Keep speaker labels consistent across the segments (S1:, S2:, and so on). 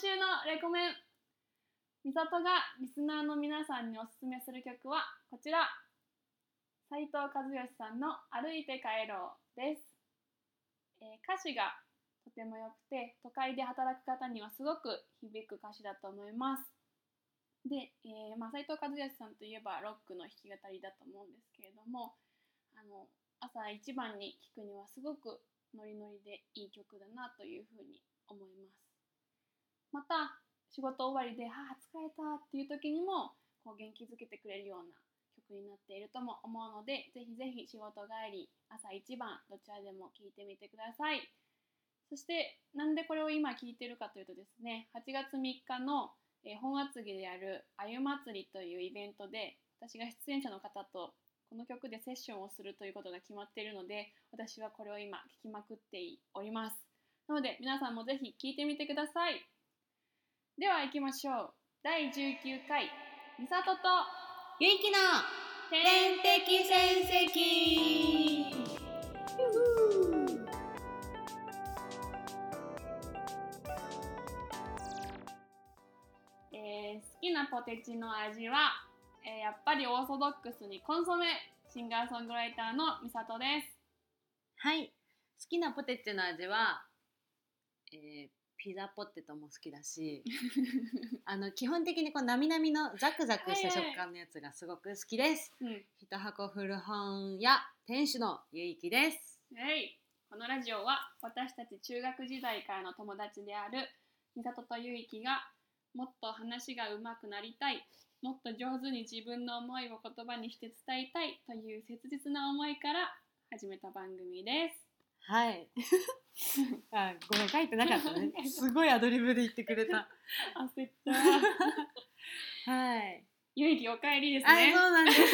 S1: 週のレコメンみさとがリスナーの皆さんにおすすめする曲はこちら斉藤和義さんの「歩いて帰ろう」です、えー歌詞がとても良くて都会で働く方にはすごく響く歌詞だと思いますで、えーまあ、斉藤和義さんといえばロックの弾き語りだと思うんですけれどもあの朝一番に聴くにはすごくノリノリでいい曲だなというふうに思いますまた仕事終わりで「ああ疲れた」っていう時にもこう元気づけてくれるような曲になっているとも思うのでぜひぜひ仕事帰り朝一番どちらでも聴いてみてくださいそしてなんでこれを今聴いてるかというとですね8月3日のえー本厚木でやる「あゆ祭り」というイベントで私が出演者の方とこの曲でセッションをするということが決まっているので私はこれを今聴きまくっておりますなので皆さんもぜひ聴いてみてくださいでは行きましょう第19回「みさとと
S2: ゆいきの天敵戦績
S1: えー好きなポテチの味は、えーやっぱりオーソドックスにコンソメシンガーソングライターのみさとです
S2: はい好きなポテチの味は、えーピザポテトも好きだ しあの基本的にこうなみなみのザクザクした
S1: はいはい
S2: 食感のやつがすごく好きです
S1: うん
S2: 一箱古本屋店主のゆいきです
S1: はい、このラジオは私たち中学時代からの友達である美里とゆいきがもっと話が上手くなりたいもっと上手に自分の思いを言葉にして伝えたいという切実な思いから始めた番組です。
S2: はい あごめん書いてなかったね すごいアドリブで言ってくれた
S1: 焦った。
S2: はい
S1: ゆいきお帰りです
S2: あ
S1: ね。
S2: そうなん です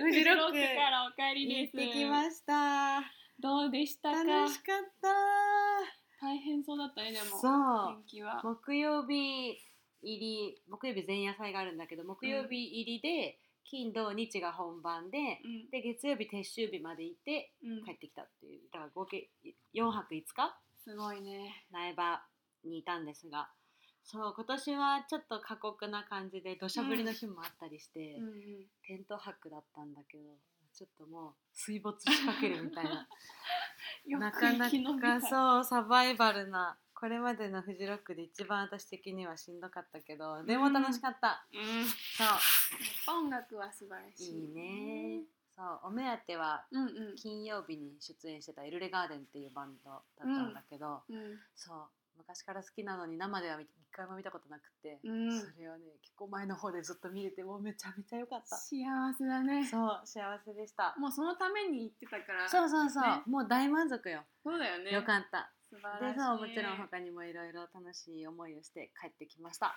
S2: フジロッ
S1: フ
S2: ク
S1: ジからお帰り
S2: 行
S1: で
S2: っ
S1: す。
S2: てきました
S1: どうでしたか
S2: 楽しかった
S1: 大変そうだったねでも
S2: そ
S1: 天気は
S2: う。木曜日入り木曜日前夜祭があるんだけど木曜日入りで、金土日が本番で
S1: うん
S2: で月曜日撤収日まで行って
S1: うん
S2: 帰ってきたっていうだから合計4泊5日
S1: すごいね。
S2: 苗場にいたんですがそう今年はちょっと過酷な感じで土砂降りの日もあったりして、
S1: うんうん
S2: テント泊だったんだけどちょっともう水没しかけるみたいな
S1: よ
S2: な
S1: く
S2: か
S1: 生
S2: な
S1: き延びた
S2: かそうサバイバルなこれまでのフジロックで一番私的にはしんどかったけどでも楽しかった、
S1: うん
S2: そ
S1: やっぱ音楽は素晴ら
S2: う
S1: しい、
S2: いいねそうお目当ては
S1: うんうん
S2: 金曜日に出演してたエルレガーデンっていうバンドだったんだけど、
S1: うん
S2: そう昔から好きなのに生では見一回も見たことなくて、
S1: うん
S2: それをね結構前の方でずっと見れてもうめちゃめちゃ良かった
S1: 幸せだね
S2: そう幸せでした
S1: もうそのために行ってたから
S2: そうそうそう、
S1: ね
S2: もう大満足よ、
S1: そうだよね
S2: よかった
S1: 素晴ら
S2: で
S1: しい
S2: そうもちろん他にもいろいろ楽しい思いをして帰ってきました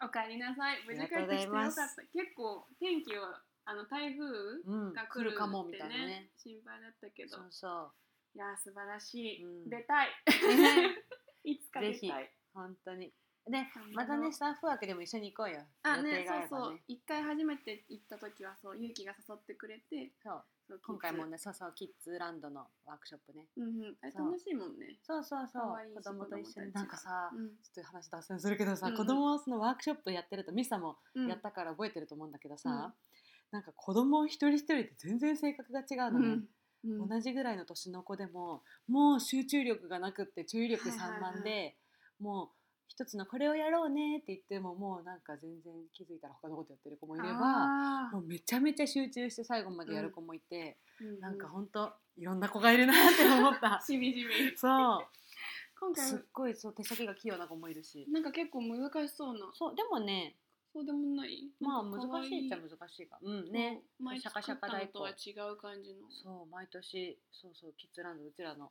S1: おかえりなさい無事帰ってきてよかった結構天気はあの台風
S2: うん
S1: が
S2: 来
S1: 来る,、
S2: るかもみたいなね
S1: 心配だったけど
S2: そうそ
S1: いやー素晴らしい、
S2: うん
S1: 出たい
S2: う ね
S1: いつか出
S2: ぜひ
S1: たい
S2: 本当にで
S1: ほど
S2: またねスタッフ枠でも一緒に行こうよ
S1: あ
S2: 予
S1: ね
S2: 定があれ
S1: そう
S2: ば
S1: そう一回初めて行った時はそう勇気が誘ってくれて
S2: そう
S1: そう
S2: 今回も
S1: キッズ
S2: ねそうそうキッズランドのワークショップね
S1: うんうんあれ
S2: そう
S1: 楽しいもんね
S2: そうそうそう
S1: 可愛いし
S2: 子供と一緒
S1: 子供たち
S2: に
S1: が
S2: なんかさ、
S1: うん
S2: ちょっと話脱線するけどさ、
S1: うんうん
S2: 子供はそのワークショップやってるとミサも
S1: うん
S2: やったから覚えてると思うんだけどさ、
S1: うん
S2: なんか子供一人一人って全然性格が違うのね、
S1: うんうん
S2: 同じぐらいの年の子でももう集中力がなくって注意力散漫で、
S1: はい
S2: もう一つのこれをやろうねって言ってももうなんか全然気づいたら他のことやってる子もいれば
S1: あー
S2: もうめちゃめちゃ集中して最後までやる子もいて、
S1: うう
S2: なんかほんといろんな子がいるなって思っ た
S1: しみじみ
S2: そ
S1: 今
S2: うすっ
S1: 回
S2: ごいそう手先が器用な子もいるし
S1: なんか結構難しそうな
S2: そうでもね
S1: そうでもない
S2: まあ
S1: な
S2: 難
S1: んか可愛
S2: しいっちゃ難しいかうんね
S1: そう前
S2: シャ
S1: 作
S2: カ
S1: っ
S2: シャカ
S1: たの
S2: 大
S1: とは違
S2: 根
S1: う感じの
S2: そう毎年そうそうキッズランドうちらの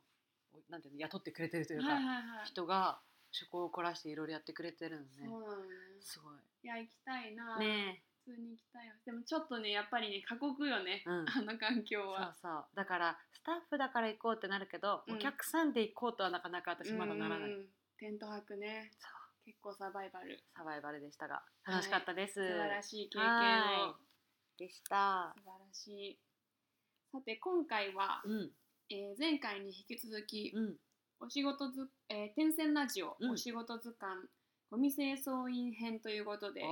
S2: おなんていうの雇ってくれてるというか、
S1: はいはいはい
S2: 人が趣向を凝らしていろいろやってくれてるのね
S1: そうなのね
S2: すごい
S1: いや行きたいな、
S2: ね
S1: 普通に行きたいわでもちょっとねやっぱりね過酷よね、
S2: うん
S1: あの環境
S2: そう
S1: は
S2: そうだからスタッフだから行こうってなるけど、
S1: うん
S2: お客さんで行こうとはなかなか私まだならない、
S1: うんうんテント泊ね
S2: そう
S1: 結構サバイバル
S2: サバイバルでしたが楽しかったです、
S1: 素晴らしい経験を
S2: はでした
S1: 素晴らしいさて今回は、
S2: うん
S1: えー前回に引き続き
S2: うん
S1: お仕事ず、えー、天線ラジオ、
S2: うん
S1: お仕事図鑑ゴミ清掃員編ということでや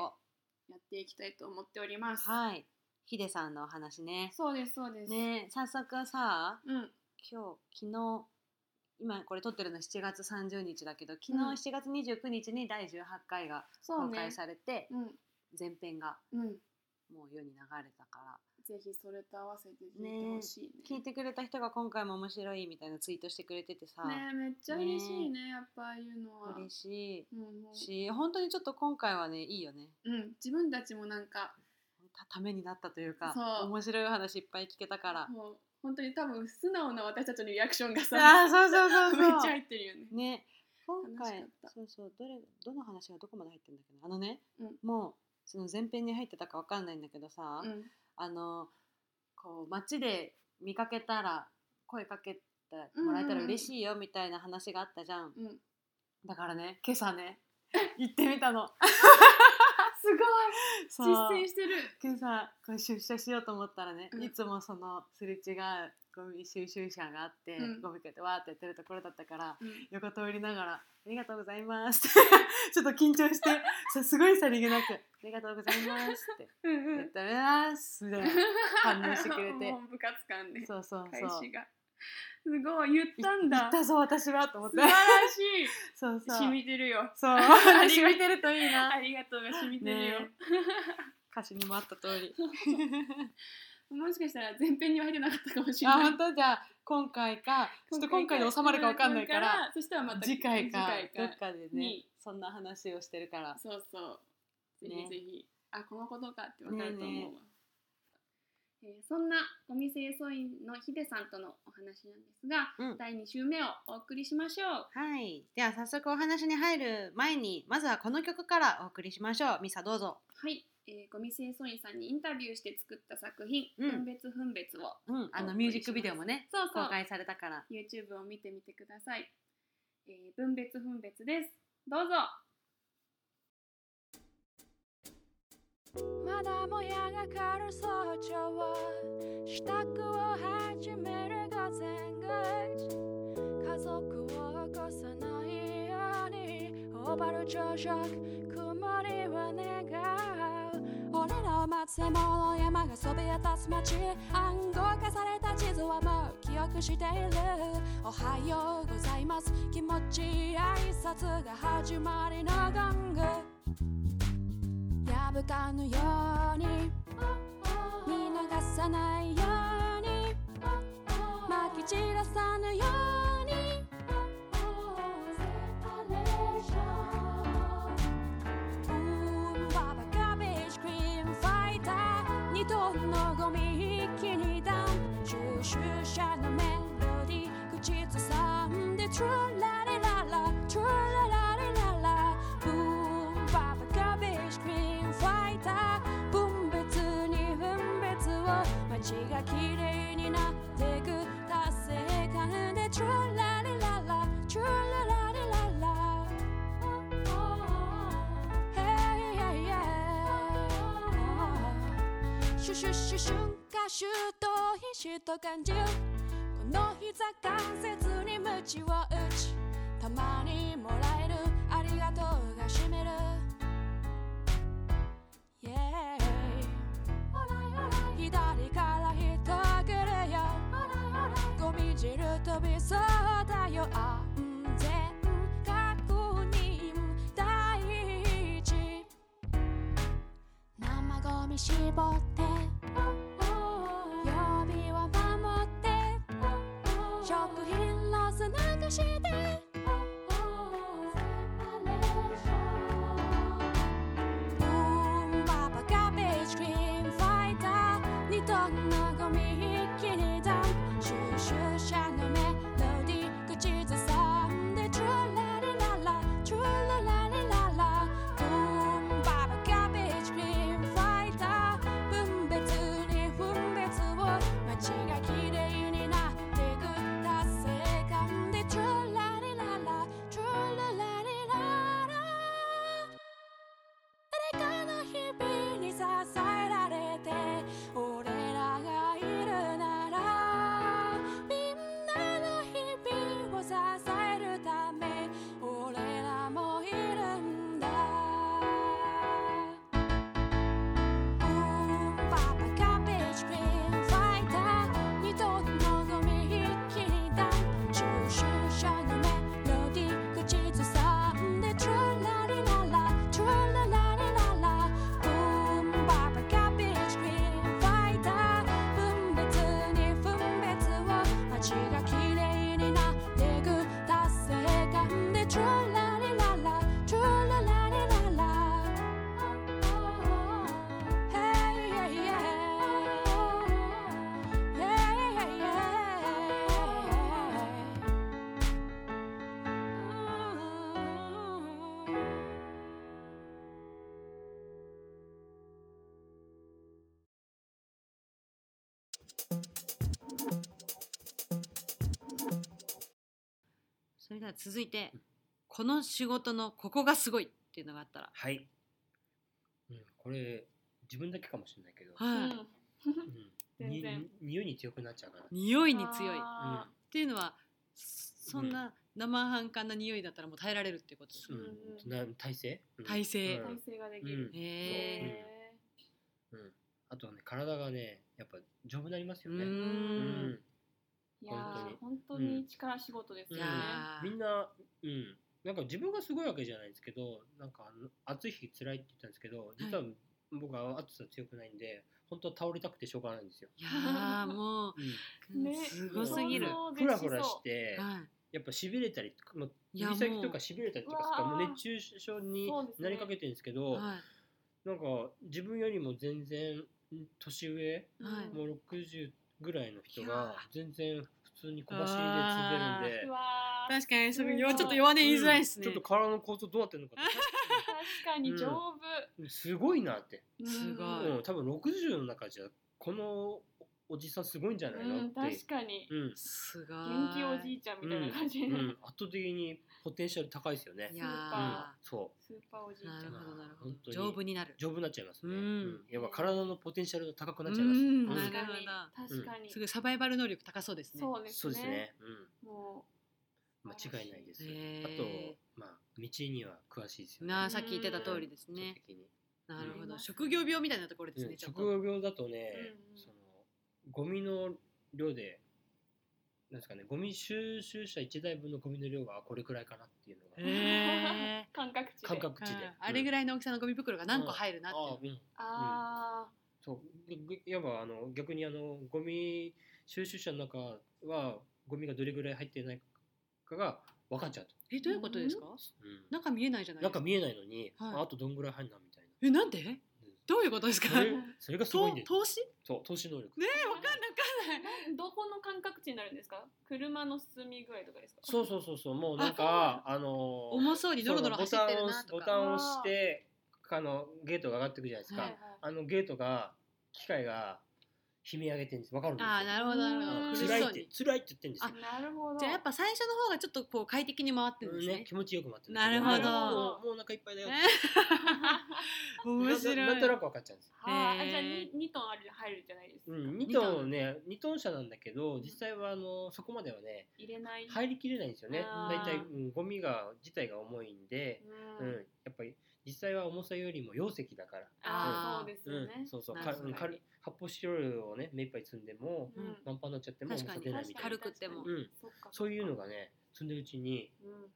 S2: お
S1: っていきたいと思っております。
S2: はいヒデさんのお話ね
S1: そうですそうです。
S2: ね早速さ
S1: うん
S2: 今日昨日今これ撮ってるの7月30日だけど昨
S1: うん
S2: 日7月29日に第18回が
S1: そう
S2: 公
S1: ね
S2: 開。されて、
S1: うん
S2: 前編が
S1: うん。
S2: もう世に流れたから
S1: ぜひそれと合わせて聞いてほしい
S2: 聞
S1: ね。
S2: いてくれた人が今回も面白いみたいなツイートしてくれててさ、
S1: ねえめっちゃ嬉しいねやっぱああいうのは。
S2: 嬉し
S1: うん
S2: いし本当にちょっと今回はねいいよね
S1: うん、うん、自分たちもなんか
S2: たためになったというか
S1: そう
S2: 面白い話いっぱい聞けたから
S1: もう本当に多分素直な私たちのリアクションがさ
S2: あーそうそうそう
S1: めっ
S2: そ
S1: ち
S2: う
S1: ゃ入ってるよね。
S2: ね今
S1: 楽し
S2: 回
S1: かった
S2: そうそうどれどの話がどこまで入ってるんだっけなあのね、
S1: うん
S2: もうその前編に入ってたかわかんないんだけどさ、
S1: うん
S2: あのこう街で見かけたら声かけてもらえたら嬉しいよみたいな話があったじゃん、
S1: うん。
S2: だからね今 朝ね行ってみたの
S1: あす
S2: そ
S1: ごい実
S2: う
S1: 践してる。
S2: 今朝こう出社しようと思ったらね、
S1: うん
S2: いつもそのすれ違うゴミ収集車があって、
S1: うん
S2: ゴミかってわーってやってるところだったから
S1: うん
S2: 横通りながら「ありがとうございます」って ちょっと緊張して さすごいさりげなく「ありがとうございます」って
S1: うんう
S2: 「やっ
S1: ん。
S2: てます」み たいな 反応してくれて
S1: もう部活感ね。
S2: そうそう
S1: 開
S2: そう
S1: 始が。すごい言ったん
S2: 行
S1: だ
S2: っ。たぞ私はと思っ
S1: 素
S2: て
S1: 晴らし
S2: そう
S1: い。
S2: そう
S1: 染みてるよ。
S2: そう
S1: が
S2: 染みてるといいな
S1: ありがとうが染みて るよ。
S2: ね歌詞にもあった通り
S1: もしかしたら前編には入ってなかったかもしれ
S2: あ
S1: ない
S2: 本。当じゃあ今回かちょっと今回で収まるかわかんないから。
S1: そしたらまた
S2: 次回か
S1: 次
S2: ど
S1: 回
S2: っ
S1: か。
S2: かでね
S1: に
S2: そんな話をしてるから
S1: そうそう。ぜ
S2: ね
S1: ひぜひ。あこのことかってわかると思うわ。えーそんなお店清掃員のヒデさんとのお話なんですが、
S2: うん
S1: 第2週目をお送りしましょう。
S2: はいでは早速お話に入る前にまずはこの曲からお送りしましょうミサどうぞ
S1: はい、えー、ゴミ清掃員さんにインタビューして作った作品「
S2: うん
S1: 分別分別を
S2: うんあ
S1: お送りし
S2: の
S1: ます
S2: ミュージックビデオもね」
S1: そうそ
S2: 公
S1: う
S2: 開されたから
S1: YouTube を見てみてください、えー、分別分別ですどうぞ
S3: まだもやがかる早朝支度を始めるが前外家族を起こさないようにオーバル朝食曇りは願う俺らを待つ獲物の山がそびえ立つ街暗号化された地図はもう記憶しているおはようございます気持ちいい挨拶が始まりのゴングやぶかのように見逃さないようにまき散らさぬようにウーバーガベージクリーンファイター二トンのゴミ一気にダンプ収集車のメロディー口ずさんでトゥラレララトゥララレララブーンバーバーガベージクリーンファイター分別に分別を街が綺麗になってく達成感でトゥラレララトゥララレララ Hey, yeah, yeah. シュシュシュシュンカシュとひしと感じるこの膝関節に鞭を打ちたまにもらえるありがとうがしみる Yeah 左から人来るよゴミ汁飛びそうだよ安全確認第一生ゴミ絞って予備は守って食品ロスなくしてうんパパガベージクリーンファイター二トンのゴミ一気にダンプ収集車のメロディー口ずさんでトゥラリララトゥララリララうんパパガベージクリーンファイター分別に分別を街が綺麗になっていく達成感でトゥラ
S2: では続いてこの仕事のここがすごいっていうのがあったら
S4: はい、うん、これ自分だけかもしれないけど、
S1: う
S2: はい、
S1: ん
S4: うん、
S1: 全
S4: に
S1: 然
S4: 匂いに強くなっちゃうか
S2: 匂いに強いっ
S1: あ
S2: ていうのはそんな生半可な匂いだったらもう耐えられるっていうことです
S4: ら、
S2: ね
S4: う
S1: うん
S4: ん、な体勢うん
S2: 体勢
S1: ー
S4: う
S1: 体
S4: ん
S1: 勢ができ
S4: う
S1: る。
S4: ん
S2: へ
S4: えうん、あとはね体がねやっぱ丈夫になります
S2: ー
S4: よ
S2: う
S4: ね、う
S2: ーん
S4: ん
S1: いやー
S4: 本当に
S1: 本当に力仕事です
S4: う
S1: よ
S4: ん
S2: い
S1: ね。
S2: やー
S4: みんな、うん、なんか自分がすごいわけじゃないんですけどなんかあの暑い日辛いって言ったんですけど実は僕は暑さ強くないんで本当は倒れたくてしょうがないんですよ、
S2: いやーもう
S1: ね
S2: すごすぎる
S1: 想像で
S4: ふ
S1: きそ
S4: ら
S1: う
S4: ふらして
S2: はい
S4: やっぱしびれたりとかもう
S2: いや
S4: 指先とかしびれたりとかするから
S1: もう
S4: もう熱中症に
S1: そうですね
S4: なりかけてるんですけど
S2: は
S4: なんか自分よりも全然ん年上
S1: うん
S2: はい
S4: もう60ぐらいの人
S2: いや
S4: が全然普通に小走りで滑るんで
S1: う。わ
S2: い
S1: ー
S2: 確かにそれ
S1: す
S2: よ
S1: ごい
S2: ちょっと弱音言いづらいです
S4: う
S2: ね
S4: んちょっと体の構造どうなってるのかっ
S1: 確かに丈夫。
S4: てすごいなって、
S1: うん
S2: すごい
S4: うん、多分60の中じゃこのおじさんすごいんじゃないの
S1: うん
S4: って
S1: 確かに
S4: うん、うん
S2: すごい
S1: 元気おじいちゃんみたいな感じで、
S4: うん圧倒的にポテンシャル高いですよね
S2: いや
S4: うん
S2: ー
S4: そう
S1: スーパーおじいちゃん。
S2: なるほどなるほ
S4: 本
S2: ど
S4: 当に
S2: 丈夫になる
S4: 丈夫になっちゃいますね、
S2: うん
S4: うんやっぱ体のポテンシャルが高くなっちゃいます、
S2: う
S4: うんん
S2: なる
S1: 確かに
S2: ほ
S4: ど
S1: 確かに、
S2: すごいサバイバル能力高そうですね
S1: そうですね。
S4: そうですね、
S1: も
S4: うん、間違いないです、
S2: へー
S4: あとまあ道には詳しいですよね
S2: なあさっき言ってた通りです
S4: うん
S2: ね
S4: 圧倒的に
S2: なるほ
S1: う
S2: ど
S1: ん
S2: 職業病みたいなところです
S4: う
S2: ね
S4: ん
S2: ちょっ
S4: 職
S2: と
S4: 業病だとね、
S1: うんうん
S4: そのゴミの量でなんですかねゴミ収集車1台分のゴミの量がこれくらいかなっていうのが
S2: へ
S1: う感覚値で。
S4: 感覚
S2: ー
S4: 値で、
S2: あれぐ
S4: い
S2: らいの大きさのゴミ袋が何個入るなっ
S4: ああ
S2: て
S4: うん
S1: あ
S4: そうぐぐいわばあの逆にあのゴミ収集車の中はゴミがどれぐらい入ってないかが分かっちゃうと、
S2: えどういうことですか
S4: うん
S2: 中見えないじゃない
S4: な
S2: です
S4: んか
S2: か
S4: 見えないのに、
S2: はい
S4: ああとどんぐらい入るなみたい
S2: えなんでどういうことですか
S4: な、それそれがすごい
S2: と
S4: んです
S2: 投資
S4: そう投資能力
S2: ねえ わかんないわかんない
S1: あ、どこの感覚値になるんですか？車の進み具合とかですか？
S4: そうそうそうそうもうなんかあのー
S2: 重そうにノロノロ走ってるな
S4: そう
S2: と
S4: ボタ
S2: か
S4: ンを押すボタンを押してあのゲートが上がってくるじゃないですか、
S1: はいはい。
S4: あのゲートが機械が悲鳴上げてるんですわかるんですよ
S2: ああなるほどなる
S1: う
S2: ほ
S1: ん
S2: ど
S4: うん
S2: 苦
S4: 辛
S2: し
S4: い
S2: そう
S4: って
S2: に
S4: 辛いって言ってるんですよ
S1: あ、なるほど。
S2: じゃあやっぱ最初の方がちょっとこう快適に回ってるんです
S4: ね
S2: ね
S4: 気持ちよく待ってる
S2: なるほど
S4: もうもうお腹いっぱいだよ、
S2: え面
S4: なな
S2: 白
S4: ん
S2: い
S4: となく分かっちゃうんですよ
S1: はあ、
S2: へー
S1: あじゃあに二トンある入るじゃないですか。
S4: うん、2トンね2トン車なんだけど実際はあのそこまではね
S1: 入れない。
S4: 入りきれないんですよね
S1: あ
S4: 大
S1: ー
S4: 体、うん、ゴミが自体が重いんで、
S1: う
S4: うん
S1: ん。
S4: やっぱり実際は重さよりも容積だから
S1: ああ、
S2: うん
S1: そうですよね。
S4: うん、そうそう、
S2: な
S4: か
S2: るほど
S4: うん軽い発泡スチロールをね、目いっぱい積んでも、
S1: うん
S2: うん
S4: 満帆になっちゃっても、
S2: 確か
S4: 重さ
S2: に
S4: 出ないみたいな
S2: 確。かに軽くても
S4: うん、
S1: そっか。
S4: そういうのがね、積んでるうちに、
S1: うん。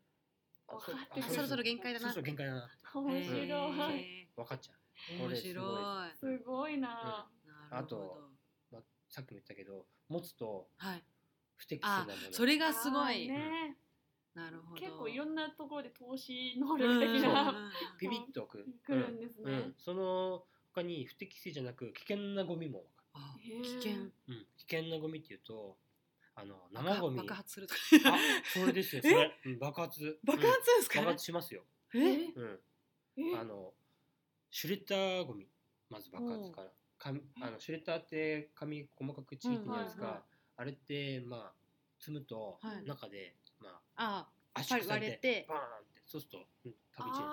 S4: あ
S1: 分かって
S4: あ
S1: く
S2: あ
S1: る
S2: そろそろ限界だ
S4: そ
S2: な
S4: ろそろ限界だなって、
S1: 面白い。
S2: へ
S4: 分かっちゃ
S2: ー
S4: う。こ
S2: 面
S4: れ
S2: 白い
S4: すごい
S2: な
S1: すごいな。
S2: るほど
S4: あとさっきも言ったけど、持つと
S2: はい
S4: 不適切な
S2: あ
S4: もの。
S2: それがすご
S1: あー
S2: い
S1: ね。
S2: なるほど
S1: 結構いろ
S2: ん
S1: んなところで投資能力的な。
S4: ピピッとく。
S1: くるんです
S4: うん、う
S1: ね
S4: ん。その他に不適切じゃなく、危険なゴミも分か
S1: へー
S2: 危険
S4: る。うん、危険なゴミっていうと、あの生ゴミ。
S2: 爆発するとか
S4: あ、それですよ。それ、うん爆 発。
S2: 爆発
S4: うん
S2: ですか
S4: 爆発しますよ。
S2: え
S4: うん。
S1: え
S4: あのシュレッダーゴミまず爆発から紙あのシュレッダーって紙細かくちぎってるじゃないですか、
S1: うんはいはい
S4: あれってまあ積むと
S2: はい
S4: 中で、まあ
S2: あ
S4: 圧縮され
S2: 割
S4: て
S2: れて
S4: バーンってそうすると、うん、飛び散る。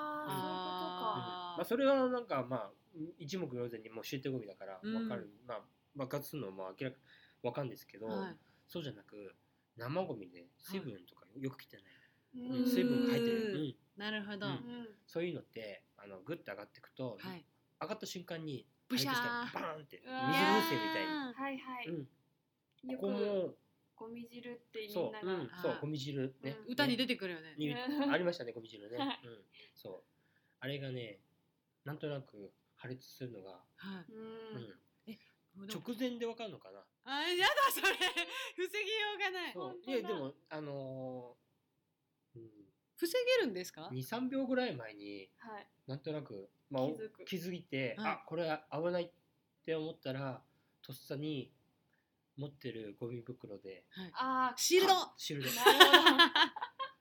S1: あ
S4: まあ、それはなんかまあ一目瞭然にもうシュレッダーゴミだから
S2: うん
S4: わかる、まあ爆発するのはまあ明らかわかるんですけど、
S2: はい
S4: そうじゃなく生ゴミで水分とかよく来てない、
S1: ー
S4: う
S1: うんん
S4: 水分が入ってる、
S2: う
S4: うんん、
S2: なるほど
S4: う
S2: は
S4: んそういうのってあのグッと上がっていくと、
S2: い
S4: 上がった瞬間に
S2: ブシャー
S4: あれとしてバーンって水
S1: うわー
S4: 風船みたいに。
S1: はいはい。
S4: うん、
S1: よ
S4: こ
S1: くゴ
S4: こも
S1: ミ汁ってみ
S4: そ
S1: んな
S4: う、う
S1: が
S4: ん、そう
S2: あー
S4: ゴミ汁ね
S1: う、ん
S2: 歌に出
S4: て
S2: てくるよね
S1: うん
S4: ありましたねゴミ汁ね、
S1: はい
S4: うん、そうあれがねなんとなく破裂するのが、
S2: は
S1: う
S4: うん
S1: ん。
S2: い
S4: 直前でわかるのかな
S2: あやだそれ防ぎようがない
S4: そう
S1: 本当
S4: い
S1: だ
S4: やでもあのー
S2: 防げるんですか
S4: うん、23秒ぐらい前に
S1: はい。
S4: なんとなく、まあ、
S1: 気づく
S4: 気づいて、
S2: はい
S4: あこれは危ないって思ったらとっさに持ってるゴミ袋で
S1: ああ。
S2: シールド
S4: シールド
S1: なるほど。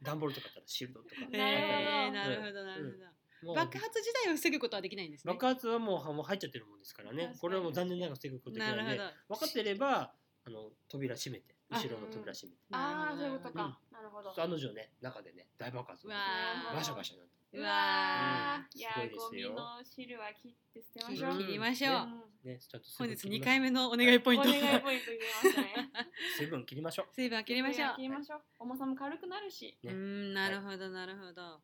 S4: 段ボールとかだったらシールドとか
S1: なるほど
S2: えーなるほどなるほ
S4: も
S2: ど
S4: う
S2: 爆発自体を防ぐことはできないんですね
S4: 爆発はもうはもう入っちゃってるもんですから
S1: 確
S4: ね
S1: かに
S4: これはもう残念ながら防ぐことでき
S2: な
S4: ない
S2: る
S4: の
S2: ほ
S4: で
S2: ど
S4: 分かってればあの扉閉めて
S2: あ
S4: 後ろの扉閉めて
S1: ああー
S2: な
S1: そうい
S2: る
S1: う
S2: ほ
S1: こ
S2: ど
S1: とか、なるほど
S4: そう案の定ね中でね大爆発
S2: うわ
S1: ー
S4: バシャバシャなって
S2: うわ
S1: いや
S4: う
S1: ー
S4: んすご
S1: ゴミ
S4: いですよ
S1: の汁は切って捨てま
S2: ー
S1: しょう、
S4: うん
S2: 切りましょう、
S1: うん
S4: ねちゃんと水
S2: 本
S4: 分
S2: 日
S4: 切り
S2: 二
S4: ま
S2: 回目のお願いポイント
S1: お願いポイント入れましたね
S4: 水分切りましょう
S2: 水分切りましょ
S1: 切りましょう重さも軽くなるし
S2: うう
S4: ね
S2: んなるほどなるほど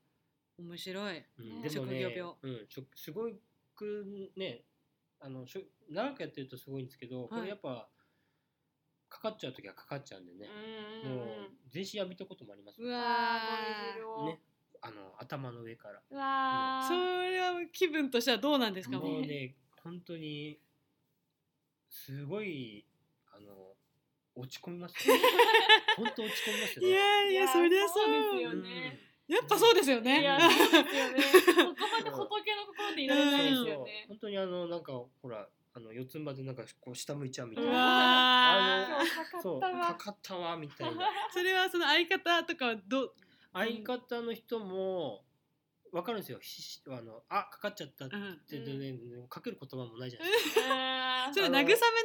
S2: 面白い
S4: うん、
S1: ね
S4: でも
S2: 職業
S4: ね
S2: 病、
S4: うん、しょすごくねあのしょ長くやってるとすごいんですけど、こ
S2: は
S4: れ
S2: い
S4: やっぱかかっちゃう時はかかっちゃうんでね、
S1: うんうん
S4: もう
S1: うん
S4: 全身浴びたこともあります
S2: う
S4: ね
S2: わ
S1: あーゴミ汁を、
S4: あの頭の上から
S1: うわ
S2: ー
S1: ー
S2: それは気分としてはどうなんですかもう
S4: もうね本当にすごいあの落ち込みますよ 本当落ち込みますよ
S2: い
S4: ね
S2: やい
S1: いや
S2: やそりゃそう
S1: そうですよ
S4: うん
S1: ね
S2: やっぱそうですよね
S1: いやそうですよね。ここまで仏の心でいられないですよね。
S4: 本当にあのなんかほらあの四つん這いでなんかこう下向いちゃうみた
S2: う
S4: いな、
S2: わ
S1: 今
S2: ー
S1: 日かかった
S4: そう
S1: わ
S4: か。かったわみ たいな
S2: それはその相方とかはどう
S4: 相方の人も分かるんですよひしあのあかかっちゃったって
S2: うん
S4: 言ってね、かける言葉もないじゃないですか
S1: あー
S2: ちょっと慰め